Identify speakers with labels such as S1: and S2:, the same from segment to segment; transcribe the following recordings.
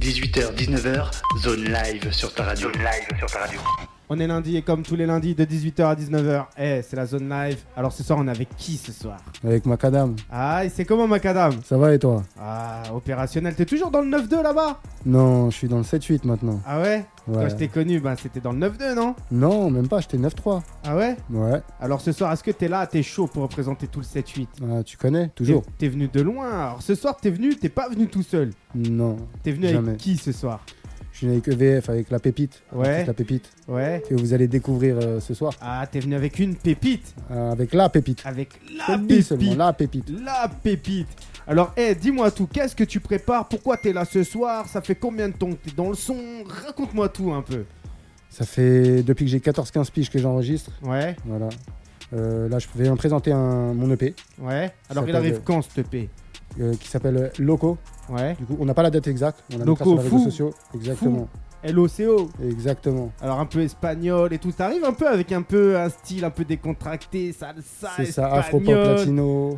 S1: 18h, 19h, zone live sur ta radio.
S2: Zone live sur ta radio.
S3: On est lundi et comme tous les lundis de 18h à 19h, eh, c'est la zone live. Alors ce soir, on est avec qui ce soir
S4: Avec Macadam.
S3: Ah, et c'est comment Macadam
S4: Ça va et toi
S3: Ah, opérationnel, t'es toujours dans le 9-2 là-bas
S4: Non, je suis dans le 7-8 maintenant.
S3: Ah ouais, Quand
S4: Ouais.
S3: je t'ai connu, ben, c'était dans le 9-2, non
S4: Non, même pas, j'étais 9-3.
S3: Ah ouais
S4: Ouais,
S3: Alors ce soir, est-ce que t'es là, t'es chaud pour représenter tout le 7-8
S4: Ah, tu connais, toujours
S3: T'es- T'es venu de loin. Alors ce soir, t'es venu, t'es pas venu tout seul.
S4: Non,
S3: T'es venu
S4: Jamais.
S3: avec qui ce soir
S4: je suis avec EVF, avec la pépite.
S3: Ouais.
S4: Artiste La pépite
S3: Ouais.
S4: que vous allez découvrir euh, ce soir.
S3: Ah, t'es venu avec une pépite.
S4: Euh, avec la pépite.
S3: Avec la
S4: Celle-ci seulement,
S3: pépite.
S4: la pépite.
S3: La pépite. Alors, eh, dis-moi tout. Qu'est-ce que tu prépares Pourquoi t'es là ce soir Ça fait combien de temps que t'es dans le son Raconte-moi tout un peu.
S4: Ça fait depuis que j'ai 14-15 piges que j'enregistre.
S3: Ouais,
S4: Voilà. Euh, là, je vais en présenter un, mon EP
S3: ouais. Alors, il
S4: s'appelle,
S3: arrive
S4: euh,
S3: quand ce EP
S4: euh, qui s'appelle euh, Loco.
S3: Ouais.
S4: Du coup, on n'a pas la date exacte. On a mis
S3: Loco
S4: ça sur les réseaux
S3: fou.
S4: sociaux. Exactement.
S3: LOCO.
S4: Exactement.
S3: Alors, un peu espagnol et tout. T'arrives un peu avec un peu un style un peu décontracté, salsa,
S4: C'est ça, afro pop
S3: espagnol.
S4: latino,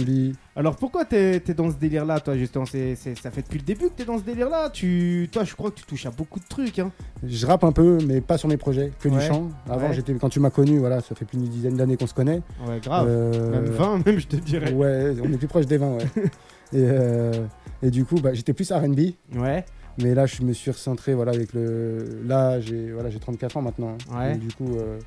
S4: RB.
S3: Alors, pourquoi t'es t'es dans ce délire-là, toi, justement C'est- c'est- Ça fait depuis le début que t'es dans ce délire-là. Tu... Toi, je crois que tu touches à beaucoup de trucs. Hein.
S4: Je rappe un peu, mais pas sur mes projets, que
S3: Ouais.
S4: du chant. Avant,
S3: Ouais.
S4: j'étais, quand tu m'as connu, voilà, ça fait plus d'une dizaine d'années qu'on se connaît.
S3: Ouais, grave.
S4: Euh,
S3: Ah, Même 20, même, je te dirais.
S4: Ouais, on est plus proche des 20, ouais. et, euh, et du coup, bah, j'étais plus RB,
S3: Ouais,
S4: mais là, je me suis recentré, voilà, avec le. Là, j'ai, voilà, j'ai 34 ans maintenant.
S3: Ouais.
S4: Donc, du coup, euh,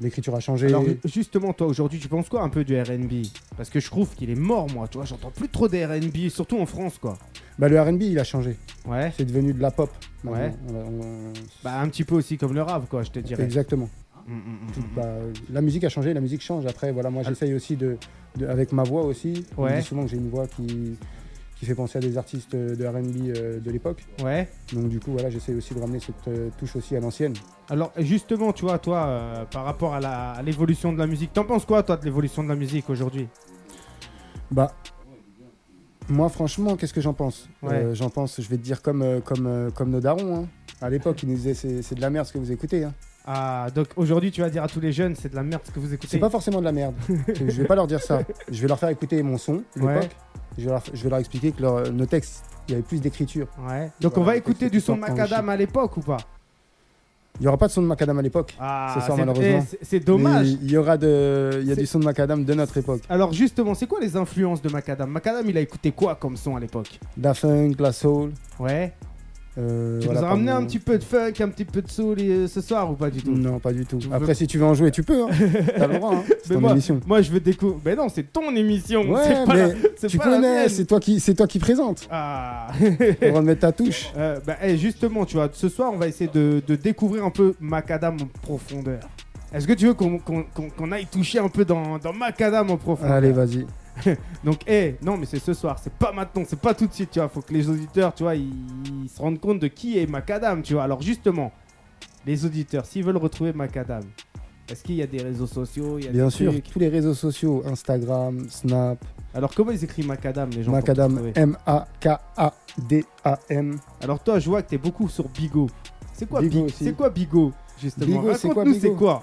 S4: l'écriture a changé.
S3: Alors justement, toi aujourd'hui, tu penses quoi un peu du RB Parce que je trouve qu'il est mort, moi. Tu vois, j'entends plus trop des RB, surtout en France, quoi.
S4: Bah, le RB, il a changé.
S3: Ouais.
S4: C'est devenu de la pop. maintenant.
S3: Ouais.
S4: On va- on-
S3: Bah un petit peu aussi comme le rap, quoi. Je te dirais.
S4: Exactement.
S3: Mm, mm, mm.
S4: Bah, la musique a changé, la musique change. Après, voilà, moi j'essaye aussi de, de- avec ma voix aussi. On
S3: Ah. Ouais.
S4: dit souvent que j'ai une voix qui, qui fait penser à des artistes euh, de R&B euh, de l'époque.
S3: mm. Ouais.
S4: Donc du coup, voilà, j'essaye aussi de ramener cette euh, touche aussi à l'ancienne.
S3: Alors justement, tu vois, toi, euh, par rapport à la- à l'évolution de la musique, t'en penses quoi, toi, de l'évolution de la musique aujourd'hui
S4: Bah, moi franchement, qu'est-ce que j'en pense
S3: Ouais.
S4: Euh, J'en pense, je vais te dire comme euh, comme euh, comme nos darons. hein. À l'époque, ils nous disaient c'est c'est de la merde ce que vous écoutez. hein.
S3: Ah, donc aujourd'hui, tu vas dire à tous les jeunes, c'est de la merde ce que vous écoutez.
S4: C'est pas forcément de la merde. je vais pas leur dire ça. Je vais leur faire écouter mon son,
S3: Ouais.
S4: l'époque. Je, vais leur- je vais leur expliquer que leur- nos textes, il y avait plus d'écriture.
S3: Ouais. Donc
S4: Voilà,
S3: on va
S4: donc
S3: écouter
S4: c'est
S3: du
S4: tout
S3: son
S4: en-
S3: Macadam à l'époque ou pas
S4: Il n'y aura pas de son de Macadam à l'époque.
S3: Ah,
S4: Ce soir,
S3: c'est-
S4: malheureusement.
S3: eh, c'est- C'est dommage.
S4: Mais Il y aura de, il y a
S3: C'est-
S4: du son de Macadam de notre époque.
S3: Alors justement, c'est quoi les influences de Macadam Macadam, il a écouté quoi comme son à l'époque
S4: Da funk, la soul.
S3: Ouais.
S4: euh,
S3: Tu
S4: voilà,
S3: nous as ramené un
S4: pardon.
S3: petit peu de funk, un petit peu de soul euh, ce soir ou pas du tout
S4: Non, pas du tout.
S3: Tu
S4: Après,
S3: veux-
S4: si tu veux en jouer, tu peux. Hein. T'as le droit. Hein. C'est
S3: Mais
S4: ton
S3: moi,
S4: émission.
S3: moi je veux découvrir. Mais non, c'est ton émission.
S4: Ouais,
S3: c'est pas la-
S4: mais
S3: c'est
S4: tu
S3: pas la
S4: connais.
S3: mienne.
S4: C'est toi qui, c'est toi qui présente.
S3: Ah.
S4: On va mettre ta touche.
S3: Euh, bah, eh, justement, tu vois, ce soir, on va essayer de, de découvrir un peu Macadam en profondeur. Est-ce que tu veux qu'on qu'on- qu'on- qu'on aille toucher un peu dans, dans Macadam en profondeur
S4: Allez, vas-y.
S3: Donc, eh, non, mais c'est ce soir, c'est pas maintenant, c'est pas tout de suite, tu vois. Faut que les auditeurs, tu vois, ils, ils se rendent compte de qui est Macadam, tu vois. Alors, justement, les auditeurs, s'ils veulent retrouver Macadam, est-ce qu'il y a des réseaux sociaux il y a
S4: Bien
S3: des
S4: sûr,
S3: trucs
S4: tous les réseaux sociaux, Instagram, Snap,
S3: Alors, comment ils écrivent Macadam, les gens pour te
S4: Macadam,
S3: retrouver
S4: M-A-K-A-D-A-M.
S3: Alors, toi, je vois que t'es beaucoup sur Bigo. C'est quoi
S4: Bigo
S3: Bigo
S4: aussi.
S3: C'est quoi Bigo, justement
S4: Bigo, c'est quoi
S3: Raconte-nous,
S4: Bigo
S3: c'est quoi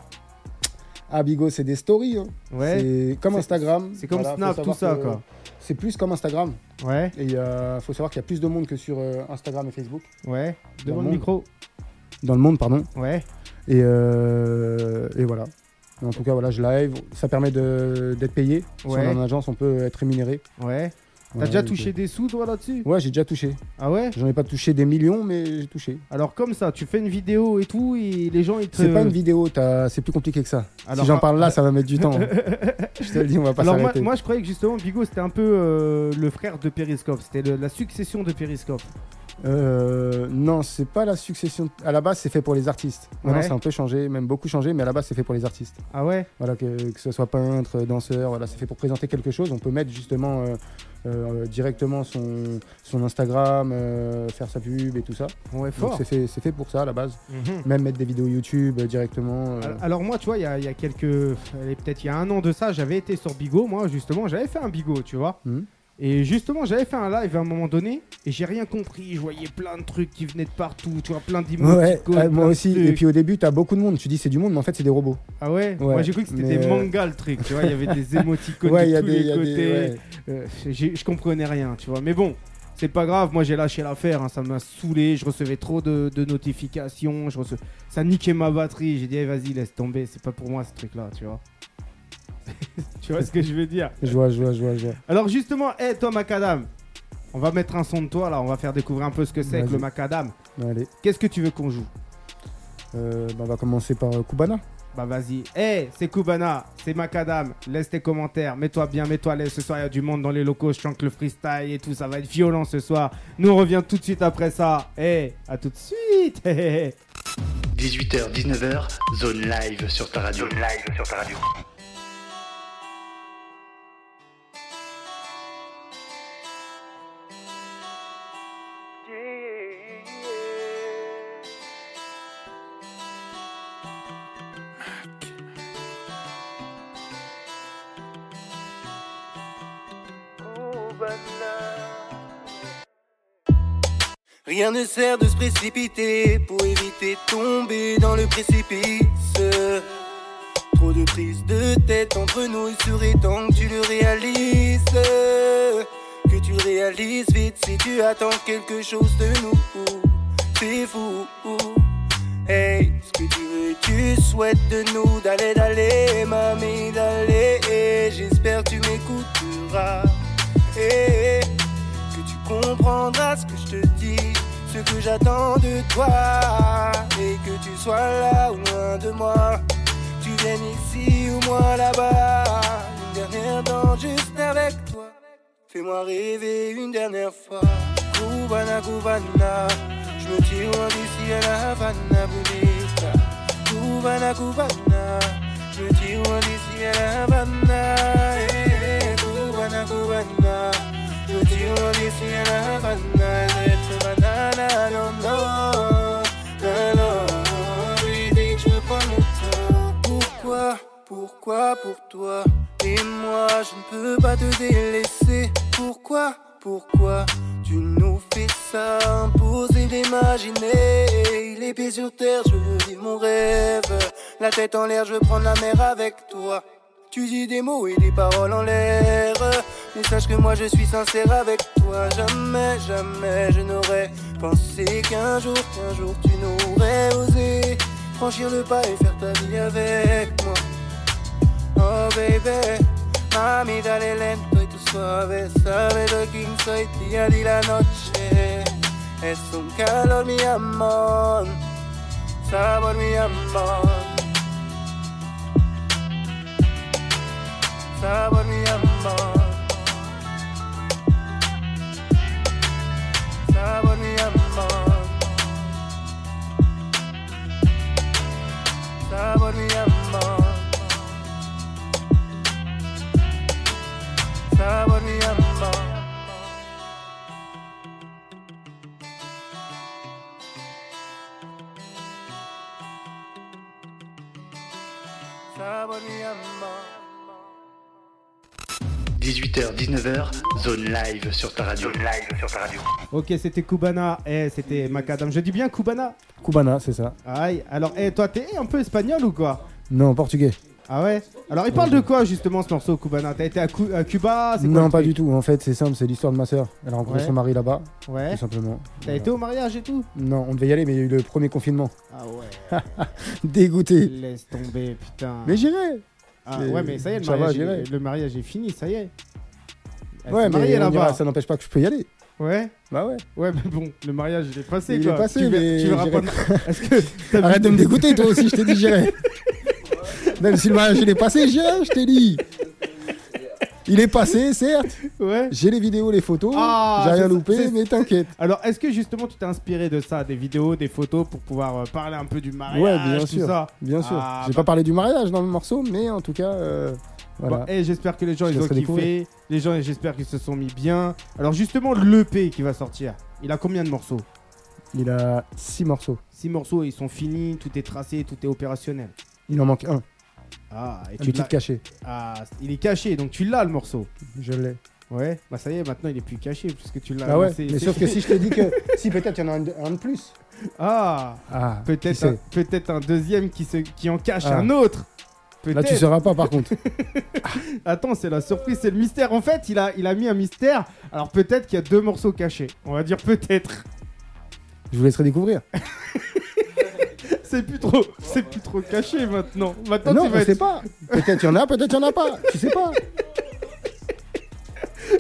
S4: Abigo, c'est des stories. hein.
S3: Ouais,
S4: C'est comme
S3: C'est-
S4: Instagram.
S3: c'est comme
S4: Voilà, faut
S3: Snap, tout
S4: savoir
S3: ça,
S4: que
S3: quoi.
S4: C'est plus comme Instagram.
S3: Ouais,
S4: Et il faut savoir qu'il y a plus de monde que sur euh, Instagram et Facebook.
S3: ouais.
S4: Dans
S3: Devant
S4: le
S3: le
S4: monde.
S3: micro.
S4: Dans le monde, pardon.
S3: Ouais.
S4: Et, euh, et voilà. En tout cas, voilà, je live. Ça permet de- d'être payé. Si on
S3: Ouais.
S4: est en agence, on peut être rémunéré.
S3: Ouais. T'as
S4: Voilà,
S3: déjà
S4: donc,
S3: touché des sous, toi, là-dessus
S4: euh, Ouais, j'ai déjà touché.
S3: Ah ouais
S4: J'en ai pas touché des millions, mais j'ai touché.
S3: Alors comme ça, tu fais une vidéo et tout, et les gens ils te...
S4: C'est pas une vidéo, t'as- c'est plus compliqué que ça.
S3: Alors,
S4: si j'en
S3: ah,
S4: parle là, ça va mettre du temps. hein. je te le dis, on va pas
S3: Alors moi,
S4: s'arrêter.
S3: moi, je croyais que justement Bigo c'était un peu euh, le frère de Periscope, c'était le- la succession de Periscope.
S4: Euh, non, c'est pas la succession. À la base, c'est fait pour les artistes. Maintenant,
S3: Ouais.
S4: c'est un peu changé, même beaucoup changé, mais à la base, c'est fait pour les artistes.
S3: Ah ouais
S4: Voilà, que, que ce soit peintre, danseur, voilà, c'est fait pour présenter quelque chose. On peut mettre justement euh, euh, directement son, son Instagram, euh, faire sa pub et tout ça.
S3: Ouais
S4: Donc
S3: fort.
S4: c'est fait, c'est fait pour ça à la base.
S3: Mhm.
S4: Même mettre des vidéos YouTube euh, directement. euh,
S3: Alors- Alors moi tu vois, il y, a- il y a quelques... allez, Peut-être il y a un an de ça, j'avais été sur Bigo, moi justement, j'avais fait un Bigo, tu vois.
S4: Mhm.
S3: Et justement j'avais fait un live à un moment donné, et j'ai rien compris, je voyais plein de trucs qui venaient de partout, tu vois, plein d'images.
S4: Ouais, euh, moi aussi. Et puis au début, t'as beaucoup de monde. Tu dis c'est du monde, mais en fait, c'est des robots.
S3: Ah ouais, Moi
S4: Ouais,
S3: j'ai cru que c'était
S4: mais,
S3: des
S4: euh,
S3: mangas le truc, tu vois, il y avait des émoticônes
S4: ouais,
S3: de
S4: il y a
S3: tous
S4: des. il
S3: les
S4: y a
S3: côtés.
S4: des- ouais.
S3: Euh, j'ai- je comprenais rien, tu vois. Mais bon, C'est pas grave, moi j'ai lâché l'affaire, hein, ça m'a saoulé, je recevais trop de, de notifications, je rece- ça niquait ma batterie, j'ai dit Eh, vas-y laisse tomber, c'est pas pour moi ce truc là, tu vois. tu vois ce que je veux dire
S4: Je vois, je vois, je vois, je vois.
S3: Alors justement, hé toi Macadam, on va mettre un son de toi là, on va faire découvrir un peu ce que c'est que
S4: Vas-y.
S3: le Macadam.
S4: Ouais, Allez,
S3: Qu'est-ce que tu veux qu'on joue
S4: Euh, bah, on va commencer par euh, Kubana.
S3: Bah vas-y. Eh, c'est Kubana, c'est Macadam. Laisse tes commentaires, mets-toi bien, mets-toi à l'aise. Ce soir, il y a du monde dans les locaux, je chante le freestyle et tout, ça va être violent ce soir. Nous, on revient tout de suite après ça. Eh, à tout de suite. Eh, Hé, hé, hé.
S1: 18h, 19h, zone live sur ta radio. live sur ta radio.
S5: Rien ne sert de se précipiter pour éviter de tomber dans le précipice. Trop de prises de tête entre nous, il serait temps que tu le réalises. Que tu le réalises vite si tu attends quelque chose de nous. C'est fou. Hey, ce que tu veux, tu souhaites de nous d'aller, d'aller, mamie, d'aller. J'espère tu m'écouteras. Hey, que tu comprendras ce que je te dis, ce que j'attends de toi, et que tu sois là ou loin de moi. Tu viennes ici ou moi là-bas, une dernière danse juste avec toi. Fais-moi rêver une dernière fois. Cubana, Cubana, je me tire loin d'ici à la Havana, Bonita. Cubana, Cubana, je me tire loin d'ici à la Havana. eh, Cubana, Cubana, je me tire loin d'ici à la Havana. Let's banana, I don't know, I know. Every day que je prends le temps. Pourquoi, pourquoi pour toi Et moi je ne peux pas te délaisser Pourquoi, pourquoi tu nous fais ça Imposer d'imaginer Les pieds sur terre, je veux vivre mon rêve La tête en l'air, je veux prendre la mer avec toi tu dis des mots et des paroles en l'air Mais sache que moi je suis sincère avec toi Jamais, jamais je n'aurais pensé qu'un jour, qu'un jour tu n'aurais osé Franchir le pas et faire ta vie avec moi Oh baby, mami dale lento y tú suave Sabe lo que soy día y la noche Es un calor mi amor Sabor mi amor sabor mi amor. Sabor mi amor. Sabor mi amor. Sabor mi amor. Sabor mi amor.
S1: 18h, 19h, zone live sur ta radio. live sur ta radio.
S3: Ok, c'était Kubana. Eh, c'était Macadam. Je dis bien Kubana.
S4: Kubana, c'est ça.
S3: Aïe. Alors, eh, toi, t'es un peu espagnol ou quoi
S4: Non, portugais.
S3: Ah ouais Alors, il parle de quoi justement ce morceau Kubana T'as été à, Cu- à Cuba C'est quoi
S4: Non,
S3: le
S4: pas
S3: truc
S4: du tout. En fait, c'est simple, c'est l'histoire de ma sœur. Elle a rencontré
S3: Ouais.
S4: son mari là-bas,
S3: Ouais.
S4: tout simplement.
S3: T'as été au mariage et tout
S4: Non, on devait y aller, mais il y a eu le premier confinement.
S3: Ah ouais.
S4: Dégoûté.
S3: Laisse tomber, putain.
S4: Mais j'irai.
S3: Ah,
S4: C'est-
S3: ouais, mais ça y est, le
S4: ça va,
S3: mariage,
S4: j'irai.
S3: est, le mariage est fini, ça y est. Elle s'est
S4: Ouais,
S3: mariée
S4: mais on
S3: là-bas.
S4: ira, ça n'empêche pas que je peux y aller.
S3: Ouais,
S4: Bah ouais.
S3: ouais, mais bon, le mariage, il est passé,
S4: Il
S3: quoi.
S4: est passé,
S3: tu, ver-
S4: mais
S3: tu verras pas.
S4: j'irai
S3: Est-ce que t'as
S4: Arrête de
S3: vu-
S4: me dégoûter, toi aussi, je t'ai dit j'irai. Même si le mariage il est passé, j'irai, je t'ai dit. Il est passé, certes.
S3: Ouais.
S4: J'ai les vidéos, les photos.
S3: Ah,
S4: J'ai rien
S3: c'est-
S4: loupé,
S3: c'est-
S4: mais t'inquiète.
S3: Alors, est-ce que justement, tu t'es inspiré de ça, des vidéos, des photos, pour pouvoir euh, parler un peu du mariage,
S4: Ouais, bien
S3: tout
S4: sûr.
S3: ça
S4: Bien sûr.
S3: Ah,
S4: J'ai
S3: bah-
S4: pas parlé du mariage dans le morceau, mais en tout cas, euh, voilà.
S3: Bon, eh, j'espère que les gens
S4: Je
S3: ils ont
S4: laisserai
S3: kiffé,
S4: découvrir.
S3: les gens j'espère qu'ils se sont mis bien. Alors justement l'EP qui va sortir, il a combien de morceaux
S4: Il a six morceaux.
S3: Six morceaux, ils sont finis, tout est tracé, tout est opérationnel.
S4: Il en manque un.
S3: Ah, et
S4: Un
S3: tu
S4: petit
S3: l'as-
S4: caché.
S3: Ah, il est caché, donc tu l'as le morceau.
S4: Je l'ai.
S3: Ouais, bah ça y est, maintenant il est plus caché puisque tu l'as.
S4: Ah ouais.
S3: annoncé.
S4: Mais sauf que si je te dis que si peut-être il y en a un de, un de plus.
S3: Ah,
S4: Ah.
S3: peut-être
S4: Qui
S3: un,
S4: sait
S3: peut-être un deuxième qui, se, qui en cache
S4: Ah.
S3: un autre.
S4: Là, tu
S3: Peut-être.
S4: sauras pas, par contre.
S3: Attends, c'est la surprise, c'est le mystère. En fait, il a, il a mis un mystère. Alors peut-être qu'il y a deux morceaux cachés. On va dire peut-être.
S4: Je vous laisserai découvrir.
S3: C'est plus trop, c'est plus trop caché maintenant. Maintenant,
S4: non,
S3: tu
S4: on
S3: vas
S4: sait
S3: être...
S4: pas. Peut-être il y en a, peut-être il y en a pas. Tu sais pas.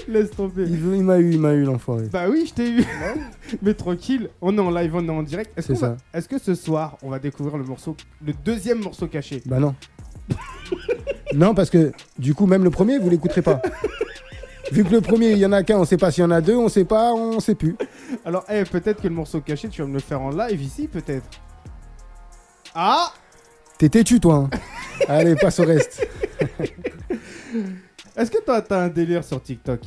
S3: Laisse tomber.
S4: Il, veut- il m'a eu, il m'a eu, l'enfoiré.
S3: Bah oui, je t'ai eu. Mais tranquille, on est en live, on est en direct. Est-ce
S4: C'est
S3: qu'on va-
S4: ça.
S3: est-ce que ce soir, on va découvrir le morceau, le deuxième morceau caché
S4: Bah non. non, parce que du coup, même le premier, vous l'écouterez pas. Vu que le premier, il y en a qu'un, on sait pas s'il y en a deux, on sait pas, on sait plus.
S3: Alors, eh, peut-être que le morceau caché, tu vas me le faire en live ici, peut-être. Ah
S4: T'es têtu, toi. hein. Allez, passe au reste.
S3: Est-ce que toi, t'as un délire sur TikTok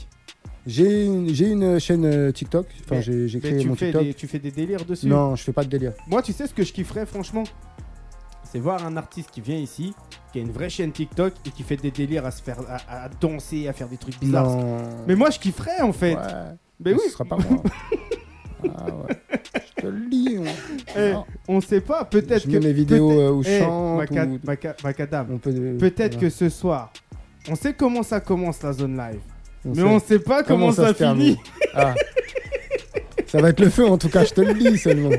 S4: J'ai une, j'ai une chaîne euh, TikTok. Enfin,
S3: Mais-
S4: j'ai j'ai
S3: Mais
S4: créé
S3: tu
S4: mon
S3: fais,
S4: TikTok.
S3: des, tu fais des délires dessus
S4: Non, je fais pas de délire.
S3: Moi, tu sais ce que je kifferais, franchement C'est voir un artiste qui vient ici, qui a une vraie chaîne TikTok et qui fait des délires à se faire, à, à danser, à faire des trucs bizarres.
S4: Non.
S3: Mais moi, je kifferais en fait.
S4: Ouais,
S3: Mais oui,
S4: Ce sera pas moi. ah ouais. Je te le dis. on-
S3: Eh,
S4: Non.
S3: on sait pas. Peut-être
S4: Je
S3: que
S4: mets mes vidéos
S3: peut-être-
S4: euh, où je
S3: Eh,
S4: chante.
S3: Maca-
S4: ou-
S3: Maca- Macadam,
S4: on peut, euh,
S3: Peut-être que ce soir, on sait comment ça commence la zone live,
S4: On
S3: mais
S4: sait.
S3: on sait pas comment, ça,
S4: se termine
S3: finit.
S4: Ah. Ça va être le feu en tout cas, je te le dis seulement.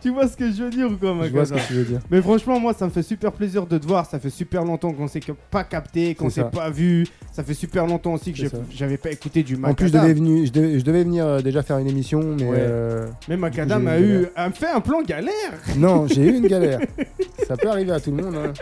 S3: tu vois ce que je veux dire ou quoi,
S4: Je vois ce
S3: Macadam
S4: que tu veux dire.
S3: Mais franchement, moi, ça me fait super plaisir de te voir. Ça fait super longtemps qu'on s'est que- pas capté, qu'on
S4: C'est
S3: s'est
S4: ça.
S3: pas vu. Ça fait super longtemps aussi que
S4: C'est
S3: j'ai-
S4: ça.
S3: j'avais pas écouté du Macadam.
S4: En plus, je devais, venu- je devais- je devais venir euh, déjà faire une émission, mais
S3: Ouais.
S4: euh,
S3: Mais Macadam
S4: j'ai-
S3: a
S4: j'ai
S3: eu, a fait un plan galère.
S4: non, j'ai eu une galère. Ça peut arriver à tout le monde. hein.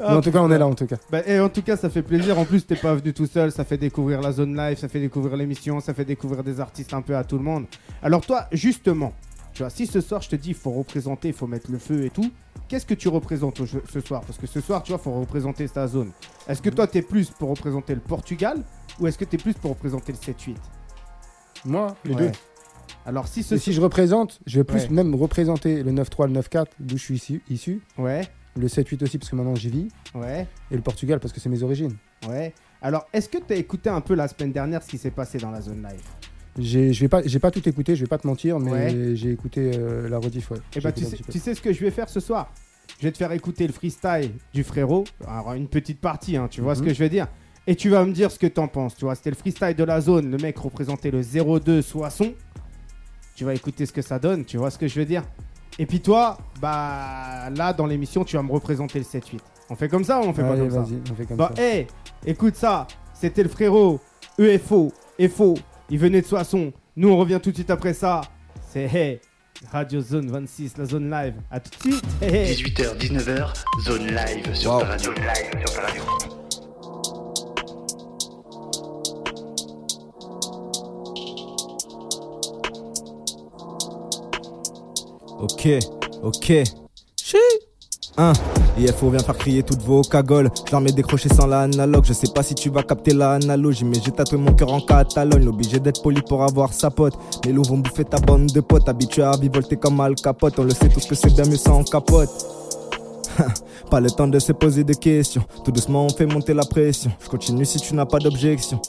S3: Ah,
S4: Mais en tout cas, on est là en tout cas.
S3: Bah, et en tout cas, ça fait plaisir. En plus, t'es pas venu tout seul. Ça fait découvrir la zone live, ça fait découvrir l'émission, ça fait découvrir des artistes un peu à tout le monde. Alors, toi, justement, tu vois, si ce soir je te dis il faut représenter, il faut mettre le feu et tout, qu'est-ce que tu représentes au jeu- ce soir Parce que ce soir, tu vois, faut représenter ta zone. Est-ce que toi, t'es plus pour représenter le Portugal ou est-ce que t'es plus pour représenter le 7-8
S4: Moi, les
S3: Ouais.
S4: deux.
S3: Alors, si ce.
S4: Et si je représente, je vais plus
S3: Ouais.
S4: même représenter le 9-3, le 9-4, d'où je suis issu, issu,
S3: Ouais,
S4: le 7-8 aussi, parce que maintenant j'y vis,
S3: ouais,
S4: et le Portugal, parce que c'est mes origines.
S3: ouais. Alors, est-ce que t'as écouté un peu la semaine dernière ce qui s'est passé dans la zone live
S4: J'ai je vais pas, j'ai pas tout écouté, je vais pas te mentir, mais
S3: Ouais.
S4: j'ai écouté euh, la rediff. Ouais.
S3: Et
S4: J'ai
S3: bah
S4: écouté
S3: tu
S4: un
S3: sais,
S4: petit peu.
S3: tu sais ce que je vais faire ce soir Je vais te faire écouter le freestyle du frérot, alors une petite partie, hein, tu vois ce
S4: Mhm.
S3: que je vais dire Et tu vas me dire ce que t'en penses, tu vois, c'était le freestyle de la zone, le mec représentait le 02 Soissons. Tu vas écouter ce que ça donne, tu vois ce que je veux dire Et puis toi, bah là dans l'émission, tu vas me représenter le 7-8. On fait comme ça ou on fait
S4: Allez,
S3: pas comme ça
S4: vas-y, on fait comme
S3: Bah
S4: ça.
S3: hé, écoute ça, c'était le frérot E EFO, EFO, il venait de Soissons. Nous on revient tout de suite après ça. C'est hey, Radio Zone 26, la zone live. À tout de suite. Hey, hey.
S1: 18h, 19h, zone live sur ta radio. Zone live sur ta radio.
S6: Ok, ok. Chi. Hein IFO vient faire crier toutes vos cagoles. Je leur mets décroché sans l'analogue. Je sais pas si tu vas capter l'analogie, mais j'ai tatoué mon cœur en Catalogne. Obligé d'être poli pour avoir sa pote. Les loups vont bouffer ta bande de potes. Habitués à vivolter comme Al Capote. On le sait tous que c'est bien mieux sans capote. Pas le temps de se poser de questions. Tout doucement, on fait monter la pression. Je continue si tu n'as pas d'objection.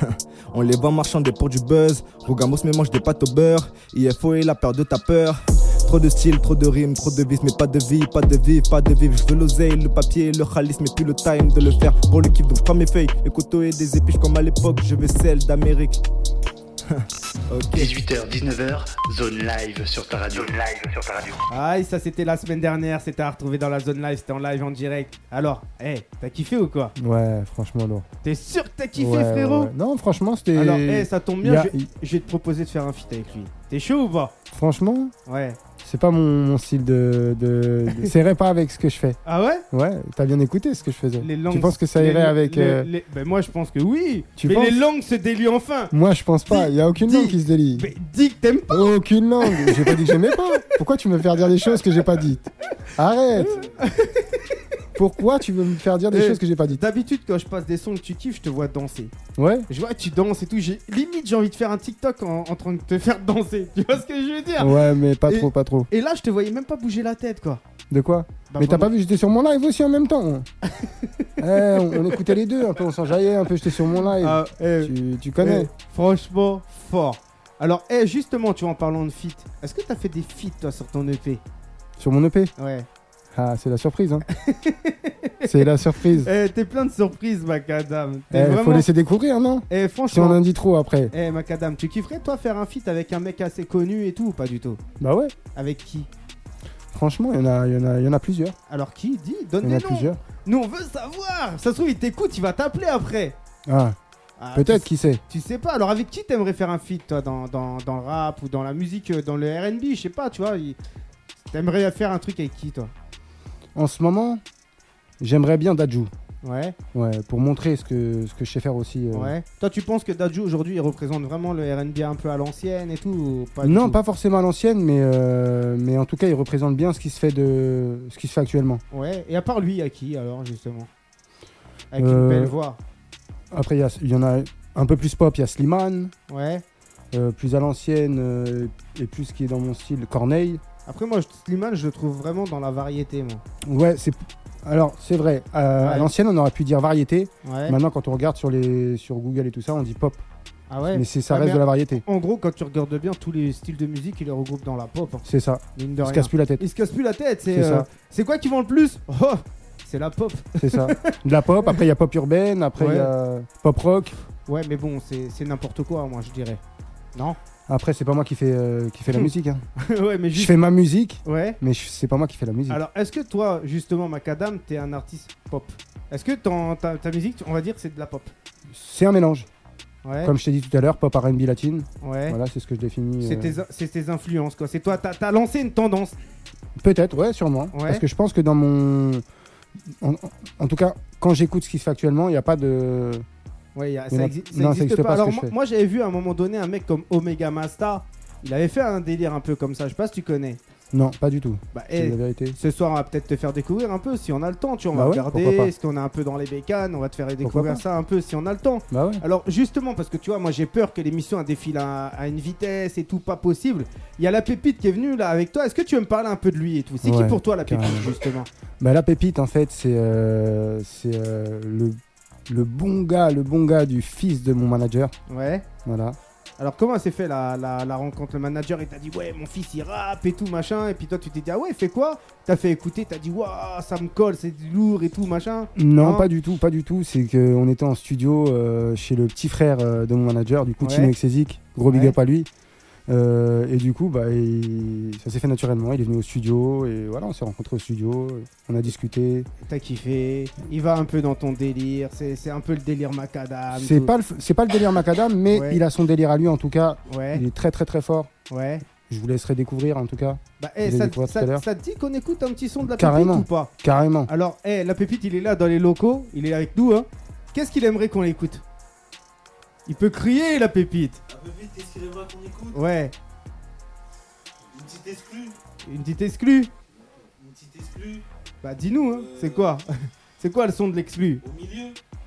S6: On les voit marchander pour du buzz. Rogamos me mange des pâtes au beurre. IFO et la peur de ta peur. Trop de style, trop de rimes, trop de vis, mais pas de vie, pas de vie, pas de vivre. Je veux l'oseille, le papier, le khalis, mais plus le time de le faire pour le kiff. Donc je prends mes feuilles, les couteaux et des épices comme à l'époque. Je veux celle d'Amérique. ok.
S1: 18h, 19h, zone live sur ta radio. Zone live sur ta radio.
S3: Aïe, ça c'était la semaine dernière, c'était à retrouver dans la zone live, c'était en live en direct. Alors, hé, t'as kiffé ou quoi
S4: Ouais, franchement, non.
S3: T'es sûr que t'as kiffé
S4: Ouais, ouais,
S3: eh. frérot
S4: ouais. Non, franchement, c'était.
S3: Alors, hé, ça tombe bien,
S4: y a-
S3: je, vais- je vais te proposer de faire un feat avec lui. T'es chaud ou pas
S4: Franchement,
S3: Ouais.
S4: c'est pas mon, mon style de. de, de- ça irait pas avec ce que je fais.
S3: Ah ouais
S4: Ouais, t'as bien écouté ce que je faisais.
S3: Les langues.
S4: tu penses que ça
S3: les-
S4: irait avec.
S3: les-
S4: euh,
S3: les- Ben moi je pense que oui.
S4: Tu
S3: mais
S4: penses
S3: les langues se délient enfin.
S4: Moi, je pense pas. Il y a aucune
S3: Dis-
S4: langue qui se délie.
S3: Mais dis que t'aimes pas.
S4: Aucune langue. J'ai pas dit que j'aimais pas. Pourquoi tu veux me faire dire des choses que j'ai pas dites Arrête Pourquoi tu veux me faire dire des
S3: Eh.
S4: choses que j'ai pas dites
S3: D'habitude, quand je passe des sons que tu kiffes, je te vois danser.
S4: Ouais
S3: Je vois, tu danses et tout. J'ai limite, j'ai envie de faire un TikTok en, en train de te faire danser. Tu vois ce que je veux dire
S4: Ouais, mais pas
S3: Et-
S4: trop, pas trop.
S3: Et là, je te voyais même pas bouger la tête, quoi.
S4: De quoi
S3: Bah,
S4: Mais t'as pas
S3: vraiment.
S4: vu, j'étais sur mon live aussi en même temps. Eh, on, on écoutait les deux, un peu on s'enjaillait, un peu j'étais sur mon live.
S3: Ah, eh,
S4: tu, tu connais
S3: eh, franchement, fort. Alors, eh, justement, tu vois, en parlant de feat, est-ce que t'as fait des feats toi sur ton EP
S4: Sur mon EP
S3: E Ouais.
S4: Ah, c'est la surprise. Hein. c'est la surprise.
S3: Eh, t'es plein de surprises, Macadam.
S4: Il
S3: T'es vraiment...
S4: Eh, faut laisser découvrir, non
S3: Eh,
S4: Si on
S3: franchement.
S4: en dit trop après.
S3: Eh, Macadam, tu kifferais, toi, faire un feat avec un mec assez connu et tout, ou pas du tout
S4: Bah ouais,
S3: Avec qui
S4: franchement, il y, en a- il y en a- il y en a plusieurs.
S3: Alors, qui Dis,
S4: Il
S3: donne
S4: y en
S3: les
S4: a
S3: noms.
S4: plusieurs.
S3: Nous, on veut savoir. Ça se trouve, il t'écoute, il va t'appeler après.
S4: Ah,
S3: Ah,
S4: peut-être,
S3: tu,
S4: qui sait
S3: tu sais pas. Alors, avec qui t'aimerais faire un feat, toi, dans, dans, dans le rap ou dans la musique, euh, dans le RB Je sais pas, tu vois. il- T'aimerais faire un truc avec qui, toi
S4: En ce moment, j'aimerais bien Dajou.
S3: Ouais,
S4: Ouais, pour montrer ce que, ce que je sais faire aussi. euh.
S3: ouais. Toi, tu penses que Daju aujourd'hui, il représente vraiment le RB un peu à l'ancienne et tout ou pas du
S4: Non,
S3: tout
S4: pas forcément à l'ancienne, mais, euh, mais en tout cas, il représente bien ce qui se fait, de, ce qui se fait actuellement.
S3: Ouais, et à part lui, à qui alors justement Avec une
S4: Euh,
S3: belle voix.
S4: Après, il y, a- il y en a un peu plus pop, il y a Slimane,
S3: Ouais.
S4: euh, plus à l'ancienne, euh, et plus ce qui est dans mon style, Corneille.
S3: Après, moi, je- Slimane, je le trouve vraiment dans la variété, moi.
S4: Ouais, c'est. Alors, c'est vrai, à, à
S3: Ouais.
S4: l'ancienne, on aurait pu dire variété.
S3: Ouais.
S4: Maintenant, quand on regarde sur, les, sur Google et tout ça, on dit pop.
S3: Ah ouais
S4: Mais c'est, ça
S3: Ah,
S4: reste
S3: mais-
S4: de la variété.
S3: En gros, quand tu regardes bien, tous les styles de musique, ils les regroupent dans la pop, hein,
S4: C'est ça.
S3: mine de
S4: On se
S3: rien.
S4: casse plus la tête.
S3: Ils se cassent plus la tête, c'est.
S4: C'est ça.
S3: euh, C'est quoi qui vend le plus Oh C'est la pop.
S4: C'est ça. de la pop, après, il y a pop urbaine, après, il y a pop rock.
S3: Ouais, mais bon, c'est c'est n'importe quoi, moi, je dirais. Non
S4: Après, c'est pas moi qui fais, euh, qui fais la musique. hein.
S3: Ouais, mais Hmm.
S4: Je
S3: juste.
S4: fais ma musique,
S3: Ouais.
S4: mais je- c'est pas moi qui fais la musique.
S3: Alors, est-ce que toi, justement, Macadam, t'es un artiste pop Est-ce que ton- ta, ta musique, on va dire, c'est de la pop
S4: C'est un mélange.
S3: Ouais.
S4: Comme je t'ai dit tout à l'heure, pop RB latine.
S3: ouais.
S4: Voilà, c'est ce que je définis.
S3: C'est tes,
S4: euh,
S3: c'est tes influences, quoi. C'est toi, t'as t'as lancé une tendance.
S4: Peut-être, ouais, sûrement. Parce que je pense que dans mon. En, en tout cas, quand j'écoute ce qui se fait actuellement, il n'y a pas de.
S3: Ouais, y a-
S4: Il y en
S3: ça
S4: a-
S3: exi- ça
S4: non, ça
S3: existe
S4: existe
S3: pas.
S4: pas, ce
S3: Alors,
S4: que je
S3: moi,
S4: fais.
S3: moi, j'avais vu à un moment donné un mec comme Omega Masta. Il avait fait un délire un peu comme ça. Je sais pas si tu connais.
S4: Non, pas du tout.
S3: Bah,
S4: C'est
S3: eh,
S4: la vérité.
S3: ce soir, on va peut-être te faire découvrir un peu si on a le temps. Tu vois, on
S4: Bah
S3: va
S4: ouais,
S3: regarder
S4: pourquoi pas.
S3: est-ce qu'on est un peu dans les bécanes. On va te faire découvrir
S4: pas.
S3: ça un peu si on a le temps.
S4: Bah ouais.
S3: Alors justement, parce que tu vois, moi j'ai peur que l'émission elle défile à, à une vitesse et tout, pas possible. Il y a la pépite qui est venue là avec toi. Est-ce que tu veux me parler un peu de lui et tout C'est qui
S4: Ouais,
S3: pour toi la pépite
S4: carrément.
S3: justement
S4: Bah, la pépite, en fait, c'est. euh, c'est euh, le, le bon gars, le bon gars du fils de mon manager.
S3: Ouais.
S4: Voilà.
S3: Alors comment s'est fait la, la, la rencontre Le manager il t'a dit ouais mon fils il rappe et tout machin et puis toi tu t'es dit ah ouais fais quoi T'as fait écouter, t'as dit waouh ça me colle, c'est du lourd et tout machin.
S4: Non,
S3: Non.
S4: pas du tout, pas du tout. C'est qu'on était en studio euh, chez le petit frère euh, de mon manager, du coup,
S3: Ouais.
S4: Tino Exesic. Gros big
S3: Ouais.
S4: up à lui. Euh, et du coup, bah, il- ça s'est fait naturellement. Il est venu au studio et voilà, on s'est rencontrés au studio. On a discuté.
S3: T'as kiffé. Il va un peu dans ton délire. C'est c'est un peu le délire macadam.
S4: C'est
S3: tout.
S4: pas, le f- c'est pas le délire Macadam, mais
S3: Ouais.
S4: il a son délire à lui en tout cas.
S3: Ouais
S4: Il est très très très fort.
S3: ouais.
S4: Je vous laisserai découvrir en tout cas.
S3: Bah eh,
S4: Je l'ai
S3: ça,
S4: découvert tout à
S3: ça,
S4: l'heure.
S3: ça te dit qu'on écoute un petit son de la
S4: Carrément.
S3: pépite ou pas
S4: Carrément.
S3: Alors, eh, la pépite, il est là dans les locaux, il est avec nous. Hein. Qu'est-ce qu'il aimerait qu'on l'écoute Il peut crier, la pépite.
S7: Un peu vite, qu'est-ce qu'il aimerait qu'on écoute
S3: Ouais,
S7: Une petite exclue
S3: une petite exclue.
S7: Une petite exclue Euh.
S3: Bah, dis-nous, hein, c'est quoi C'est quoi le son de l'exclu
S7: au milieu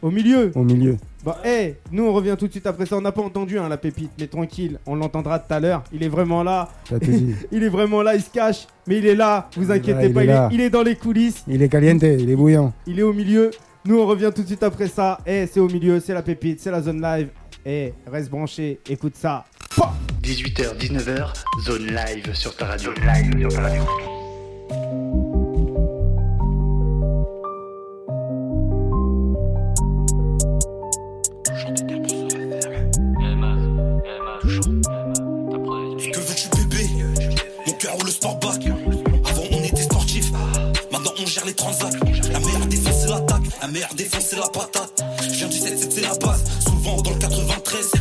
S3: Au milieu
S4: Au milieu.
S3: Bah, eh, nous, on revient tout de suite après ça. On n'a pas entendu hein, la pépite, mais tranquille, on l'entendra tout à l'heure. Il est vraiment là,
S4: t'as tout dit.
S3: il est vraiment là, il se cache, mais il est là, vous
S4: est là,
S3: inquiétez
S4: il
S3: pas,
S4: est
S3: il est-
S4: là.
S3: il est dans les coulisses.
S4: il est caliente, il est bouillant.
S3: Il est au milieu. Nous, on revient tout de suite après ça. Eh, c'est au milieu, c'est la pépite, c'est la zone live. Eh, reste branché, écoute ça.
S1: 18h, 19h, zone live sur ta radio. live sur ta radio.
S8: Que veux-tu bébé Mon cœur ou le sportback Avant on était sportif Maintenant on gère les transacts La meilleure défense c'est l'attaque La meilleure défense c'est la patate Je viens du 7 c'est la base Souvent dans le 93